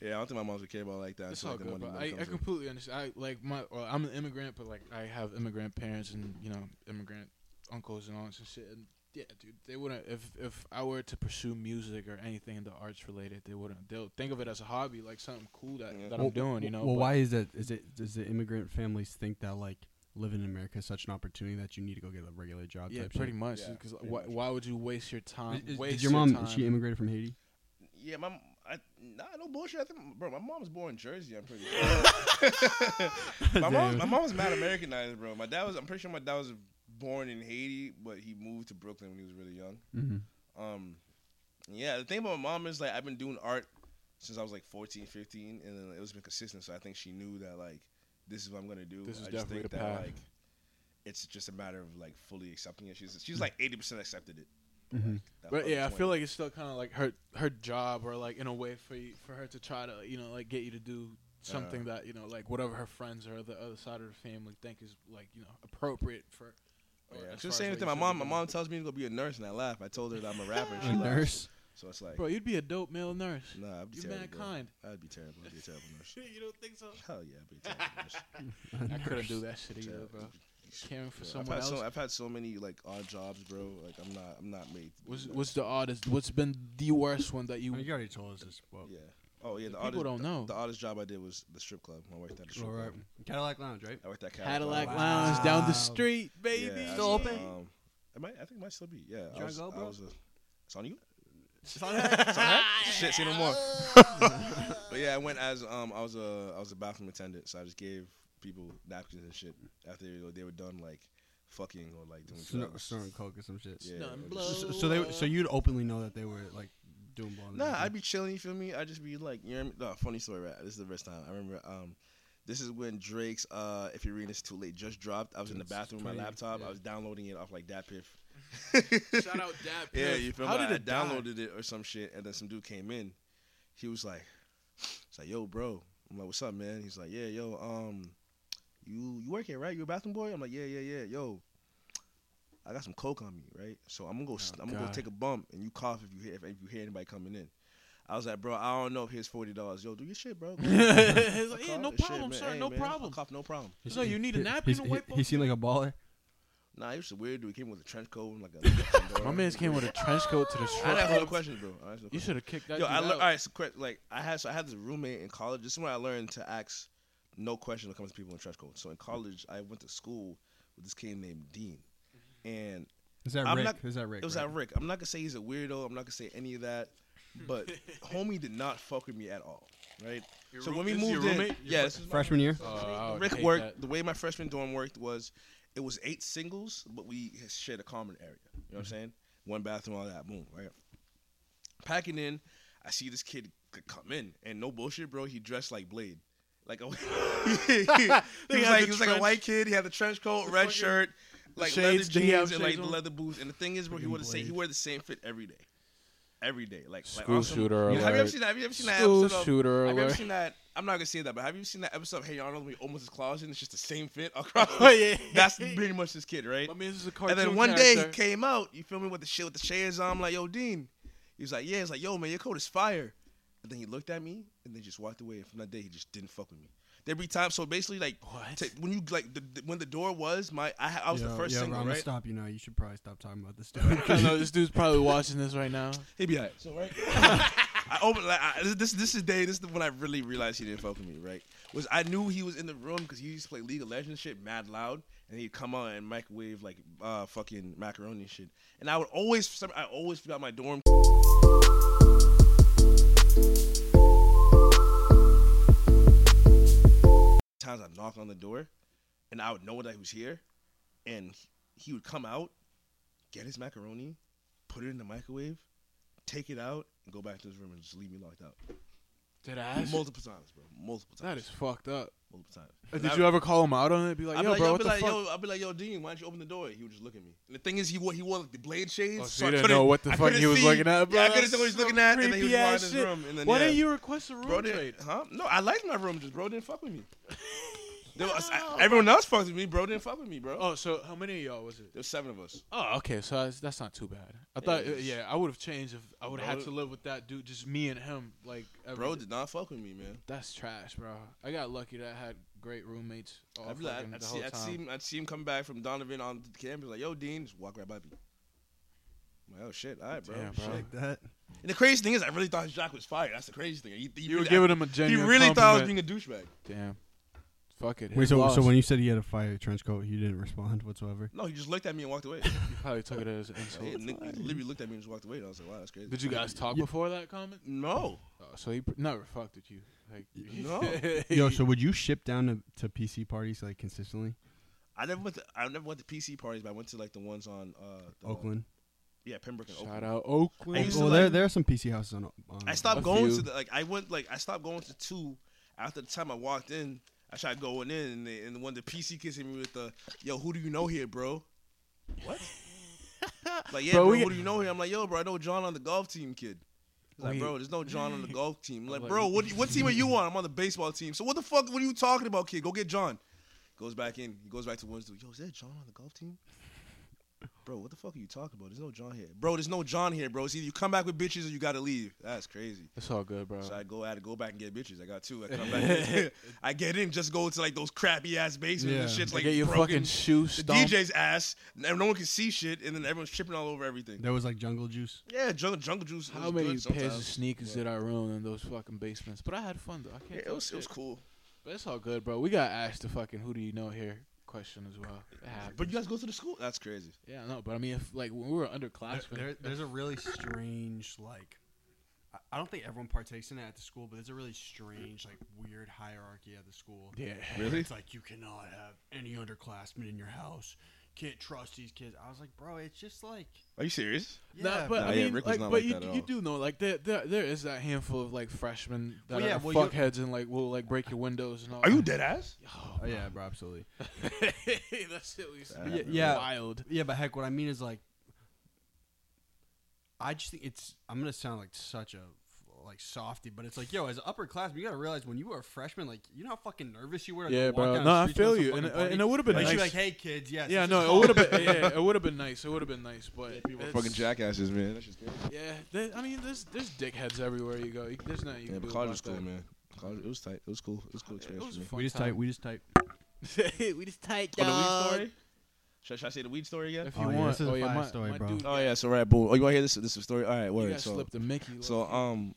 S3: Yeah, I don't think my mom's gonna care about it like that.
S2: It's
S3: until,
S2: all
S3: like, the
S2: good,
S3: money
S2: but
S3: really
S2: I, I
S3: comes in.
S2: completely understand. I like my. Well, I'm an immigrant, but like I have immigrant parents and you know immigrant uncles and aunts and shit. And yeah, dude, they wouldn't if if I were to pursue music or anything in the arts related, they wouldn't. They'll think of it as a hobby, like something cool that,
S3: Yeah.
S2: that I'm doing. You know,
S1: Well,
S2: but-
S1: why is that? Is it does the immigrant families think that like living in America is such an opportunity that you need to go get a regular job?
S2: Yeah,
S1: type
S2: pretty
S1: shit?
S2: much.
S3: Yeah,
S2: Because
S3: pretty
S2: why,
S3: much.
S2: why would you waste your time?
S1: Is- is-
S2: waste
S1: did your
S2: your
S1: mom?
S2: time.
S1: She immigrated from Haiti.
S3: Yeah, my I, nah, no bullshit. I think, bro, my mom was born in Jersey. I'm pretty.
S2: [laughs]
S3: sure. my mom, my mom was mad Americanized, bro. My dad was. I'm pretty sure my dad was born in Haiti, but he moved to Brooklyn when he was really young.
S1: Mm-hmm.
S3: Um, yeah, the thing about my mom is like I've been doing art since I was like 14, 15, and then it was been consistent. So I think she knew that like this is what I'm gonna do.
S2: This is
S3: I
S2: definitely the
S3: that
S2: path.
S3: like it's just a matter of like fully accepting it. She's she's like 80 percent accepted it.
S1: Mhm.
S3: that
S2: But
S3: other
S2: yeah, I
S3: 20.
S2: feel like it's still kind of like her her job, or like in a way for you, for her to try to you know like get you to do something that you know like whatever her friends or the other side of the family think is like you know appropriate for. or
S3: Oh, Yeah.
S2: Oh, as
S3: She's
S2: far
S3: saying
S2: as
S3: to
S2: what
S3: my
S2: you
S3: mom.
S2: should
S3: My
S2: be
S3: mom tells me to go be a nurse, and I laugh. I told her that
S2: [laughs]
S3: I'm a rapper, and she
S1: A
S3: laughs.
S1: nurse.
S3: So it's like,
S2: doing. Bro, you'd be a dope male nurse.
S3: nah, I'd be
S2: You're
S3: terrible.
S2: mad
S3: bro.
S1: [laughs]
S2: kind.
S3: I'd be terrible. I'd be
S2: [laughs]
S3: a terrible nurse.
S2: you don't think so?
S3: Hell yeah, I'd be a
S2: [laughs]
S3: terrible nurse.
S2: I couldn't do that shit either,
S3: Terrible.
S2: bro. Caring for
S3: Yeah, I've
S2: someone
S3: had
S2: else.
S3: so I've had so many like odd jobs, bro. Like I'm not I'm not made. to be a
S2: what's
S3: nurse.
S2: what's the oddest? What's been the worst one that you?
S1: I mean, you already told us this. Well,
S3: Yeah. Oh yeah. The
S2: People
S3: oddest,
S2: don't know.
S3: The, the oddest job I did was the strip club. I worked at the strip
S1: all right.
S3: club.
S1: Cadillac Lounge, right?
S3: I worked at
S2: Cadillac
S3: Cadillac.
S1: Wow.
S2: Lounge down
S1: Wow.
S2: the street,
S3: Yeah,
S2: baby.
S3: I
S6: Still
S3: was,
S6: open?
S3: Um, it might, I think it might still be. Yeah. I
S1: John
S3: was, I
S1: Goldberg?
S3: was a, it's on you.
S1: It's on that.
S2: [laughs]
S3: It's on that? Shit, say no more. but yeah, I went as um I was a I was a bathroom attendant, so I just gave people napkins and shit after they were, they were done like fucking or like doing
S1: Snor-
S3: drugs.
S1: snorting coke or some shit.
S3: Yeah.
S2: Snort and
S3: or
S2: blow.
S3: just-
S1: So, so
S2: [laughs]
S1: they, so you'd openly know that they were like doing blow.
S3: Nah, I'd be chilling. You feel me? I'd just be like, you know, no, funny story. Right? This is the best time. I remember. Um, this is when Drake's uh, "If You're Reading This Too Late" just dropped. I was in the
S1: It's
S3: bathroom with my
S1: pretty,
S3: laptop.
S1: yeah.
S3: I was downloading it off like that piff.
S2: Shout out Dad.
S3: Yeah,
S2: Piff.
S3: you feel
S2: How
S3: me?
S2: did
S3: I
S2: it die?
S3: downloaded it or some shit, and then some dude came in. He was like, "It's like, yo, bro." I'm like, "What's up, man?" He's like, "Yeah, yo, um, you you work here, right? You a bathroom boy?" I'm like, "Yeah, yeah, yeah, yo." I got some coke on me, right? So I'm gonna go.
S2: Oh,
S3: I'm gonna go
S2: God.
S3: take a bump, and you cough if you hear if, if you hear anybody coming in. I was like, bro, I don't know if here's forty dollars. Yo, do your
S2: [laughs]
S3: shit, bro. Go
S2: [laughs]
S3: ahead.
S2: It's
S3: I
S2: like, yeah,
S3: cough
S2: no
S3: and shit,
S2: problem,
S3: man.
S2: sir.
S3: Hey,
S2: no
S3: man, I
S2: problem.
S3: cough, no problem.
S2: So you need a napkin to wipe
S1: He
S2: off?
S1: seemed like a baller.
S3: Nah, he was weird dude. He came with a trench coat and like
S2: [laughs]
S3: a.
S2: My man's came with a trench coat to the
S3: I
S2: strip
S3: didn't ask no
S2: club.
S3: questions, bro. I asked no
S2: You
S3: questions.
S2: should have kicked that.
S3: Yo,
S2: dude
S3: I learned.
S2: out.
S3: All right, so que- like I had, so I had this roommate in college. This is when I learned to ask no question when it comes to people in trench coats. So in college, I went to school with this kid named Dean, and
S1: Is that
S3: I'm
S1: Rick?
S3: not-
S1: Is that Rick?
S3: it was
S1: right?
S3: that Rick. I'm not gonna say he's a weirdo. I'm not gonna say any of that, but homie did not fuck with me at all. Right. so when we
S2: this is your
S3: moved in,
S2: roommate?
S3: yeah, this is my-
S1: Freshman year.
S3: [laughs]
S2: Uh, I would
S3: Rick
S2: hate
S3: worked
S2: that.
S3: the way my freshman dorm worked was it was eight singles, but we shared a common area. You know what I'm saying? One bathroom, all that. Boom, right? Packing in, I see this kid could come in, and no bullshit, bro. He dressed like Blade. Like a, [laughs] he was, like,
S2: They had the
S3: he was like a
S2: trench-
S3: white kid. He had the trench coat, red
S2: fucking-
S3: shirt, like
S2: shades,
S3: leather
S2: did he have
S3: jeans, and like
S2: shades
S3: the
S2: on?
S3: leather boots. And the thing is, bro, he
S1: Fucking
S3: wore the same. He
S1: Blade.
S3: wore the same fit every day, every day. Like like
S2: School
S3: on some-
S2: shooter
S3: You know, Have you ever
S2: alert.
S3: seen that? Have you ever seen that
S2: School
S3: episode of-
S2: shooter
S3: Have you ever
S2: alert.
S3: seen that? I'm not gonna say that, but have you seen that episode of Hey Arnold when he almost is closet and it's just the same fit across?
S2: Oh, yeah.
S3: [laughs] That's pretty much this kid, right?
S2: My man's is a cartoon
S3: And then one day he
S2: character.
S3: came out, you feel me, with the shit with the shades on. I'm like, yo, Dean. He was like, yeah. He's like, yo, man, your coat is fire. And then he looked at me and then just walked away. And from that day, he just didn't fuck with me. There'd be times, so basically, like,
S2: What?
S3: ta- when you like the, the- when the door was my, I, ha- I was the
S1: Yo,
S3: first
S1: yo,
S3: single,
S1: Rama,
S3: right?
S1: stop you now. You should probably stop
S2: [laughs]
S1: talking about this
S2: I
S1: dude.
S3: [laughs]
S2: know this dude's probably watching this right now.
S3: He'd be like, so right. [laughs] I opened like I, this. This is the day. This is when I really realized he didn't fuck with me. Right? Was I knew he was in the room because he used to play League of Legends shit mad loud, and he'd come on and microwave like uh fucking macaroni and shit. And I would always, some, I always forgot my dorm. Times I'd knock on the door, and I would know that he was here, and he- he would come out, get his macaroni, put it in the microwave, take it out, and go back to his room and just leave me locked out.
S2: Did I ask?
S3: Multiple times, bro. Multiple times.
S2: That is fucked up.
S3: multiple times.
S2: Uh,
S3: And
S2: Did
S3: I-
S2: you ever call him out on it? Be like,
S3: I'd be
S2: yo,
S3: like,
S2: bro,
S3: yo, I'd
S2: what
S3: be
S2: the
S3: like,
S2: fuck?
S3: yo, I'd be like, yo, Dean, why don't you open the door? He would just look at me. And the thing is, he wore, he wore like the blade shades.
S2: Oh, so
S3: I
S2: you didn't
S3: couldn't-
S2: know what the
S3: I
S2: fuck
S3: couldn't
S2: he was
S3: see-
S2: looking at, bro.
S3: Yeah, I couldn't tell what he was
S2: Some
S3: looking at, and then he was
S2: creepy
S3: lying in
S2: ass
S3: his
S2: shit.
S3: room. And then
S2: Why
S3: yeah.
S2: didn't you request a room
S3: Bro,
S2: trade?
S3: [laughs] did, huh? No, I liked my room. Just bro didn't fuck with me. There was- everyone else fucked with me, bro. Didn't fuck with me, bro.
S2: Oh, so how many of y'all was it?
S3: There's seven of us.
S2: Oh, okay. So that's, that's not too bad. I thought,
S3: is.
S2: yeah, I would have changed if I would have had
S3: Bro.
S2: to live with that dude, just me and him. Like, every
S3: Bro
S2: day.
S3: did not fuck with me, man.
S2: that's trash, bro. I got lucky that I had great roommates all
S3: I'd, be Oh, like,
S2: fucking
S3: I'd,
S2: the
S3: see,
S2: whole
S3: I'd,
S2: time.
S3: see him, I'd see him come back from Donovan on the campus, like, yo, Dean, just walk right by me. I'm like, oh, shit. All right, bro.
S2: Damn,
S3: Shit.
S2: bro.
S1: Like that.
S3: And the crazy thing is, I really thought Jacques was fired. That's the crazy thing. He, he
S2: You were
S3: really,
S2: giving him a
S3: he
S2: genuine.
S3: really thought I was
S2: compliment.
S3: being a douchebag.
S2: Damn. Fuck it.
S1: Wait,
S2: His
S1: so,
S2: loss.
S1: so when you said he had a fire trench coat, you didn't respond
S3: [laughs]
S1: whatsoever.
S3: No, he just looked at me and
S2: [laughs]
S3: walked away.
S2: He probably took it as an
S3: he,
S2: insult.
S3: he literally looked at me and just walked away. And I was like, wow, that's crazy.
S2: Did you guys talk before that comment?
S3: No.
S2: Oh, so he pr- never fucked with you. Like, [laughs]
S3: No.
S1: Yo, so would you ship down to, to PC parties like consistently?
S3: I never went to I never went to PC parties, but I went to like the ones on uh, the-
S1: Oakland.
S3: Yeah, Pembroke and
S2: shout
S3: Oakland.
S2: out
S3: I
S2: Oakland.
S3: used to
S1: Oh, well, there
S3: like-
S1: there are some PC houses on. on
S3: I stopped
S2: Um, A
S3: going
S2: few.
S3: to the like I went like I stopped going to two after the time I walked in. I tried going in and, they, and one of the PC kids hit me with the yo, who do you know here, bro?
S2: [laughs]
S3: What? like yeah,
S2: Bro,
S3: bro,
S2: we
S3: who
S2: get-
S3: do you know here? I'm like yo, bro, I know John on the golf team, kid. He's like,
S2: Wait.
S3: bro, there's no John on the golf team. I'm like,
S2: Like-
S3: bro, what, what team are you on? I'm on the baseball team. So what the fuck? What are you talking about, kid? Go get John. Goes back in. He goes back to Wednesday. Yo, is that John on the golf team? Bro, what the fuck are you talking about? There's no John here. Bro, there's no John here, bro. It's either you come back with bitches or you gotta leave. That's crazy.
S2: It's all good, bro.
S3: So I go, I had to go back and get bitches. I got two. I
S2: [laughs]
S3: come back, I get in, [laughs] just go to like those crappy ass basements
S1: Yeah.
S3: and shit's
S2: Like,
S3: like
S2: get your
S3: broken.
S2: fucking shoe
S3: the
S2: stomped.
S3: DJ's ass. No no one can see shit, and then everyone's tripping all over everything.
S1: there was like jungle juice.
S3: Yeah, jungle, jungle juice.
S2: How
S3: was
S2: many
S3: good
S2: pairs of
S3: sometimes.
S2: sneakers
S3: but-
S2: did I ruin in those fucking basements? But I had fun though. I can't.
S3: Yeah, it
S2: talk
S3: was it was
S2: shit.
S3: cool.
S2: But it's all good, bro. We got asked the fucking who do you know here question as well. It happens.
S3: But you guys go to the school? That's crazy.
S2: yeah, no. But I mean, if like when we were underclassmen,
S5: There, there- there's a really strange like. I- I don't think everyone partakes in it at the school, but there's a really strange, like, weird hierarchy at the school.
S2: [laughs] yeah,
S3: Really?
S5: It's like you cannot have any underclassmen in your house. Can't trust these kids. I was like, bro, it's just like
S3: Are you serious?
S5: yeah,
S2: Nah, but
S3: Nah,
S2: I
S3: yeah,
S2: mean,
S3: Rick was
S2: like,
S3: not
S2: but
S3: like
S2: you,
S3: that at
S2: you
S3: all.
S2: do know, like there, there, there is that handful of like freshmen that
S5: Well, yeah,
S2: are
S5: well, you're-
S2: fuckheads and like will like break your windows and all.
S3: Are you dead ass?
S2: Oh,
S1: Oh yeah, bro, absolutely.
S2: [laughs] that shit was
S3: That
S2: yeah,
S3: happened.
S5: Yeah.
S2: wild.
S5: Yeah, but heck, what I mean is like, I just think it's. I'm gonna sound like such a like softy, but it's like, yo, as an upper class, you gotta realize when you were a freshman, like, you know how fucking nervous you were. to
S2: Yeah,
S5: walk
S2: bro.
S5: down
S2: No,
S5: the
S2: I
S5: street to
S2: feel
S5: some
S2: you,
S5: fucking
S2: and, uh,
S5: party.
S2: and it would have been
S5: Like,
S2: nice.
S5: you're like, hey kids, yes.
S2: yeah,
S5: this is
S2: no,
S5: cool.
S2: it would have been. Yeah, it would have been nice. It would have been nice, but it's-
S3: jackasses, man. That's just
S2: Yeah, there, I mean, there's there's dickheads everywhere you go. You, there's nothing you
S3: Yeah,
S2: can do
S3: but college
S2: about
S3: was cool,
S2: that.
S3: man. College, it was tight. It was cool. It was a cool
S2: It
S3: experience
S2: was
S3: for me.
S2: a fun
S1: We just
S2: time.
S1: type. We just type.
S2: we just tight
S3: Oh, the weed story? Should, should I say the weed story again?
S2: If you
S1: Oh, yeah,
S2: want,
S1: this is a
S2: oh yeah,
S1: fire
S2: my,
S1: story,
S2: my
S1: bro.
S2: dude,
S3: Oh yeah, so right, boom. Oh, you want to hear this? This is a story. All right,
S2: you
S3: word.
S2: got
S3: so,
S2: slipped a Mickey.
S3: So um,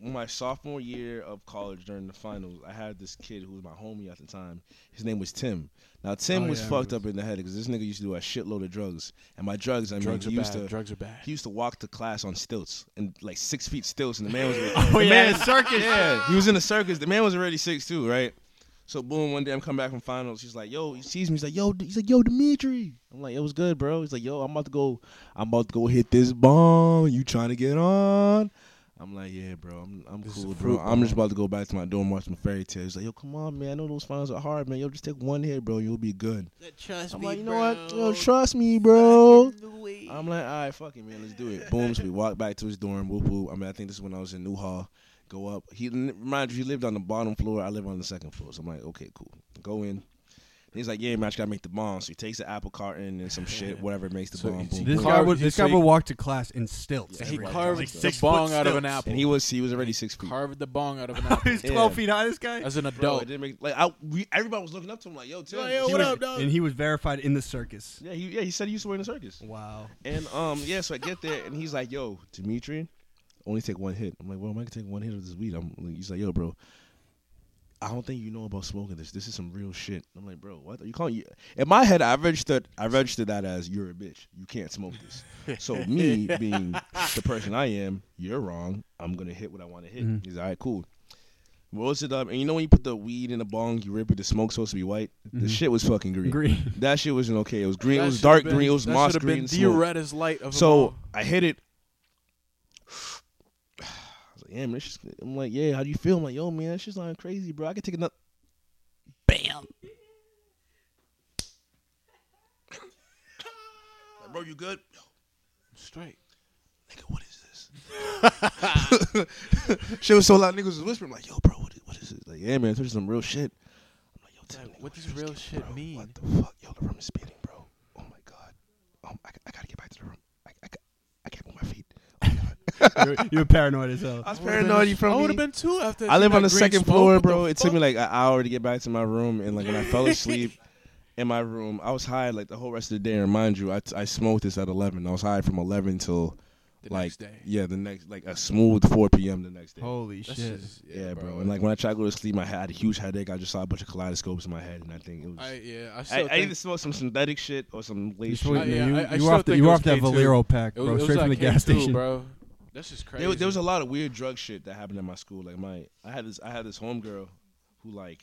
S3: my sophomore year of college during the finals, I had this kid who was my homie at the time. His name was Tim. Now Tim
S1: Oh,
S3: was
S1: yeah, I
S3: fucked
S1: remember
S3: up in the head because this nigga used to do a shitload of drugs, and by drugs I mean he used to
S2: Drugs are bad.
S3: he used to walk to class on stilts and like six feet stilts, and
S2: [laughs]
S3: the man was
S1: Oh
S3: the man,
S1: circus.
S3: yeah, he was in the circus. The man was already six too, right? So boom, one day I'm coming back from finals. He's like, "Yo," he sees me. He's like, "Yo," d- he's like, "Yo, Dimitri." I'm like, "It was good, bro." He's like, "Yo, I'm about to go. I'm about to go hit this bomb. You trying to get on?" I'm like, "Yeah, bro. I'm I'm
S2: This is
S3: cool,
S2: a
S3: bro.
S2: fruit
S3: I'm just
S2: bomb.
S3: about to go back to my dorm, watch my fairy tale." He's like, "Yo, come on, man. I know those finals are hard, man. Yo, just take one hit, bro. You'll be good."
S2: Trust
S3: I'm like, "You know what? Yo, trust me, bro." I'm like, all right, fuck it, man, let's do it. Boom, so we walk back to his dorm. Whoop whoop. I mean, I think this is when I was in Newhall. Go up. He mind you, he lived on the bottom floor. I live on the second floor. So I'm like, okay, cool. Go in. He's like, yeah, man, I just gotta make the bomb. So he takes the apple carton and some shit, whatever makes the
S2: So
S3: bomb.
S2: it's-
S3: Boom,
S1: This
S3: boom.
S1: guy
S2: Carved-
S1: would.
S2: he-
S1: This
S2: so
S1: guy
S2: he-
S1: would walk to class in stilts.
S3: Yeah, he
S1: every day.
S3: carved-
S1: Like,
S2: the
S1: six foot
S2: bong out of an
S1: stilts. [laughs]
S2: apple.
S3: and he was he was already six feet.
S2: carved the bong out of an apple
S1: He's twelve
S3: Yeah.
S1: feet high. This [laughs] guy.
S2: as an
S3: Bro, it
S2: adult.
S3: didn't make, like I, we, everybody was looking up to him like, yo, Tim.
S2: Yo, yo,
S1: He
S2: what
S1: was-
S2: up, dog?
S1: And he was verified in the circus.
S3: Yeah, he, yeah, he said he used to work in the circus.
S1: Wow.
S3: And um, yeah, so I get there and he's like, "Yo, Dimitri, only take one hit." I'm like, "Well, am I gonna take one hit of this weed?" I'm like, he's like, "Yo, bro, I don't think you know about smoking this. This is some real shit." I'm like, "Bro, what are you calling?" You? In my head, I registered, I registered that as you're a bitch. You can't smoke this.
S2: [laughs]
S3: so me being the person I am, you're wrong. I'm gonna hit what I want to hit.
S2: Mm-hmm.
S1: Mhm.
S3: He's like, "All right, cool." Rolls it up, and you know when you put the weed in the bong, you rip it. The smoke's supposed to be white. The
S1: Mhm.
S3: shit was fucking green.
S1: Green.
S3: That shit wasn't okay. It was green.
S2: Mm-hmm. That
S3: it was
S2: should've
S3: dark
S2: been-
S3: green. It was
S2: that
S3: moss
S2: should've
S3: green.
S2: Been the
S3: smoke.
S2: reddest light of
S3: So I hit it. [sighs] I was like, yeah, man, it's just, I'm like, yeah, how do you feel? I'm like, yo, man, that shit's not crazy, bro. I could take another. Bam. bro, you good? Yo,
S2: straight.
S3: nigga, what is [laughs] this? shit was so loud, niggas was whispering. I'm like, yo, bro, what is, what is this? Like, yeah, man, this is some real shit. I'm like, yo, tell
S2: Like,
S3: me
S2: what does
S3: you was
S2: real
S3: doing,
S2: shit
S3: bro.
S2: mean?
S3: What the fuck? Yo, the room is beating, bro. Oh my god. Um, I, I gotta get back to the room. I, I, ca- I can't move my feet. Oh my
S1: [laughs]
S3: God.
S1: You're, you're paranoid as hell.
S2: [laughs]
S3: I was paranoid. You
S2: I
S3: from
S2: would
S3: me.
S2: have been too after.
S3: I
S2: seeing
S3: live on
S2: that
S3: the
S2: green
S3: second
S2: smoke.
S3: floor,
S2: What the
S3: bro. It took
S2: fuck?
S3: me like an hour to get back to my room, and
S2: [laughs]
S3: like when I fell asleep in my room, I was high like the whole rest of the day. And mind you, I, I smoked this at eleven. I was high from eleven till
S2: The
S3: like
S2: next day.
S3: yeah, the next like a smooth four p.m. the next day.
S1: Holy
S2: That's
S1: shit.
S2: just-
S3: yeah, bro. And like when I tried to go to sleep, I had a huge headache. I just saw a bunch of kaleidoscopes in my head, and I think it was.
S2: I
S3: I,
S2: yeah, I
S3: I,
S2: still think
S3: either smoked some synthetic shit or some
S1: You,
S3: late
S1: swear-
S3: shit.
S2: Uh, yeah,
S1: you,
S2: I- I
S1: you
S2: still
S1: were off, the,
S2: think
S1: you
S2: it
S1: were
S2: was
S1: off that
S2: K2.
S1: Valero pack,
S2: it
S1: bro.
S2: was, it was
S1: straight from the
S2: like
S1: gas
S2: K2,
S1: station.
S2: bro. That's just crazy.
S3: There, there was a lot of weird drug shit that happened at my school. Like my, I had this, I had this homegirl who like,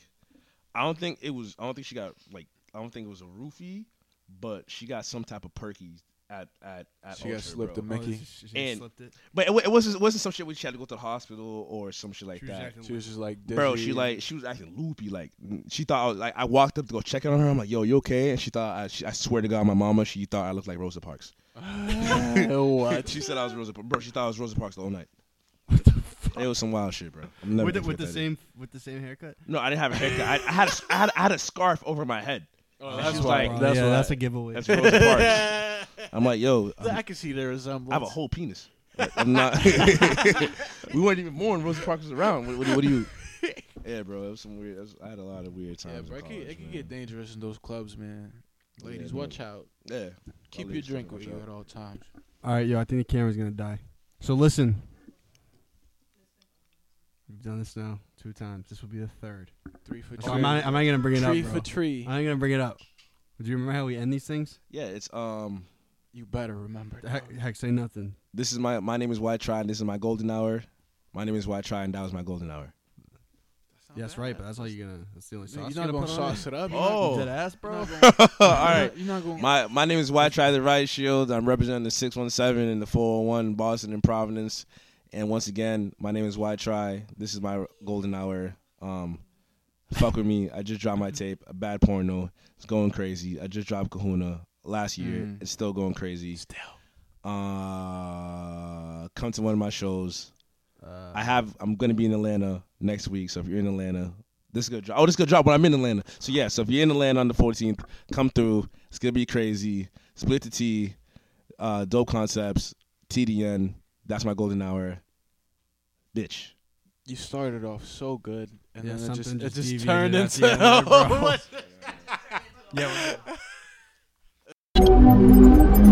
S3: I don't think it was, I don't think she got like, I don't think it was a roofie, but she got some type of perky at at at.
S2: She got
S3: Ultra,
S2: slipped
S3: bro.
S2: a Mickey. Oh,
S3: And-
S5: slipped it.
S3: But it, wa- it wasn't it wasn't some shit where she had to go to the hospital or some shit like
S5: She was
S3: that.
S5: acting
S2: She was just like, dizzy.
S3: Bro, she
S2: [laughs]
S3: like she was acting loopy. Like she thought I was like I walked up to go check on her. I'm like, yo, you okay? And she thought I, she, I swear to God, my mama, she thought I looked like Rosa Parks. [laughs]
S2: what?
S3: Uh, she said I was Rosa, Parks. bro. She thought I was Rosa Parks the whole night. It was some wild shit, bro. I'm never
S1: With, the,
S3: gonna
S1: with the
S3: forget that.
S1: same with the same haircut.
S3: No, I didn't have a haircut. I, I, had a, I, had, I had a scarf over my head.
S2: Oh,
S3: She
S2: that's
S3: was
S2: why.
S3: like-
S2: that's
S1: yeah,
S2: why.
S3: [laughs]
S1: that's a giveaway.
S3: That's Rosa Parks. I'm like, yo,
S2: [laughs]
S3: I'm-
S2: I can see the resemblance.
S3: I have a whole penis. Like, [laughs] I'm not. we weren't even born. Rosa Parks was around. What, what, do- what do you? [laughs] Yeah, bro. It was some weird. it was- I had a lot of weird times.
S2: Yeah,
S3: in
S2: bro, it, could,
S3: college,
S2: it could
S3: man.
S2: get dangerous in those clubs, man.
S3: Yeah,
S2: Ladies,
S3: man.
S2: watch out.
S3: Yeah.
S2: Keep your
S3: ladies,
S2: drink
S3: watch
S2: with you
S3: out.
S2: at all times.
S1: All right, yo, I think the camera's gonna die. So listen, we've done this now two times. This will be the third.
S2: Three for
S1: So
S2: tree.
S1: I'm not, I'm not gonna bring it
S2: tree
S1: up,
S2: for
S1: bro.
S2: tree.
S1: I'm not gonna bring it up. Do you remember how we end these things?
S3: Yeah, it's um.
S2: You better remember.
S1: Heck,
S2: dog.
S1: heck say nothing.
S3: This is my my name is White Try. And this is my golden hour. My name is White Try, and that was my golden hour.
S2: Oh,
S1: Yeah, that's right, but that's all you're gonna. That's the only
S2: You're
S1: sauce
S2: not
S1: gonna
S2: gonna
S1: put on
S2: sauce it up.
S3: Oh.
S1: Dead ass,
S2: [laughs]
S1: bro.
S3: [laughs] all right.
S2: You're not going.
S3: My my name is White Try the Right Shield. I'm representing the 617 and the 401 in Boston and Providence. And once again, my name is White Try. This is my golden hour. Um, fuck with me. I just dropped my tape, a bad porno. It's going crazy. I just dropped Kahuna last year.
S2: Mm.
S3: It's still going crazy.
S2: Still.
S3: Uh, come to one of my shows.
S1: Uh,
S3: I have. I'm gonna be in Atlanta next week. So if you're in Atlanta, this is gonna drop. Oh, this is gonna drop when I'm in Atlanta. So yeah. So if you're in Atlanta on the 14th, come through. It's gonna be crazy. Split the T, uh, dope concepts, TDN. That's my golden hour. Bitch.
S2: You started off so good, and
S1: Yeah,
S2: then it just
S1: something
S2: it
S1: just
S2: just
S1: deviated
S2: turned
S1: at
S2: into.
S1: the end
S2: [laughs]
S1: there, bro.
S2: What?
S1: yeah.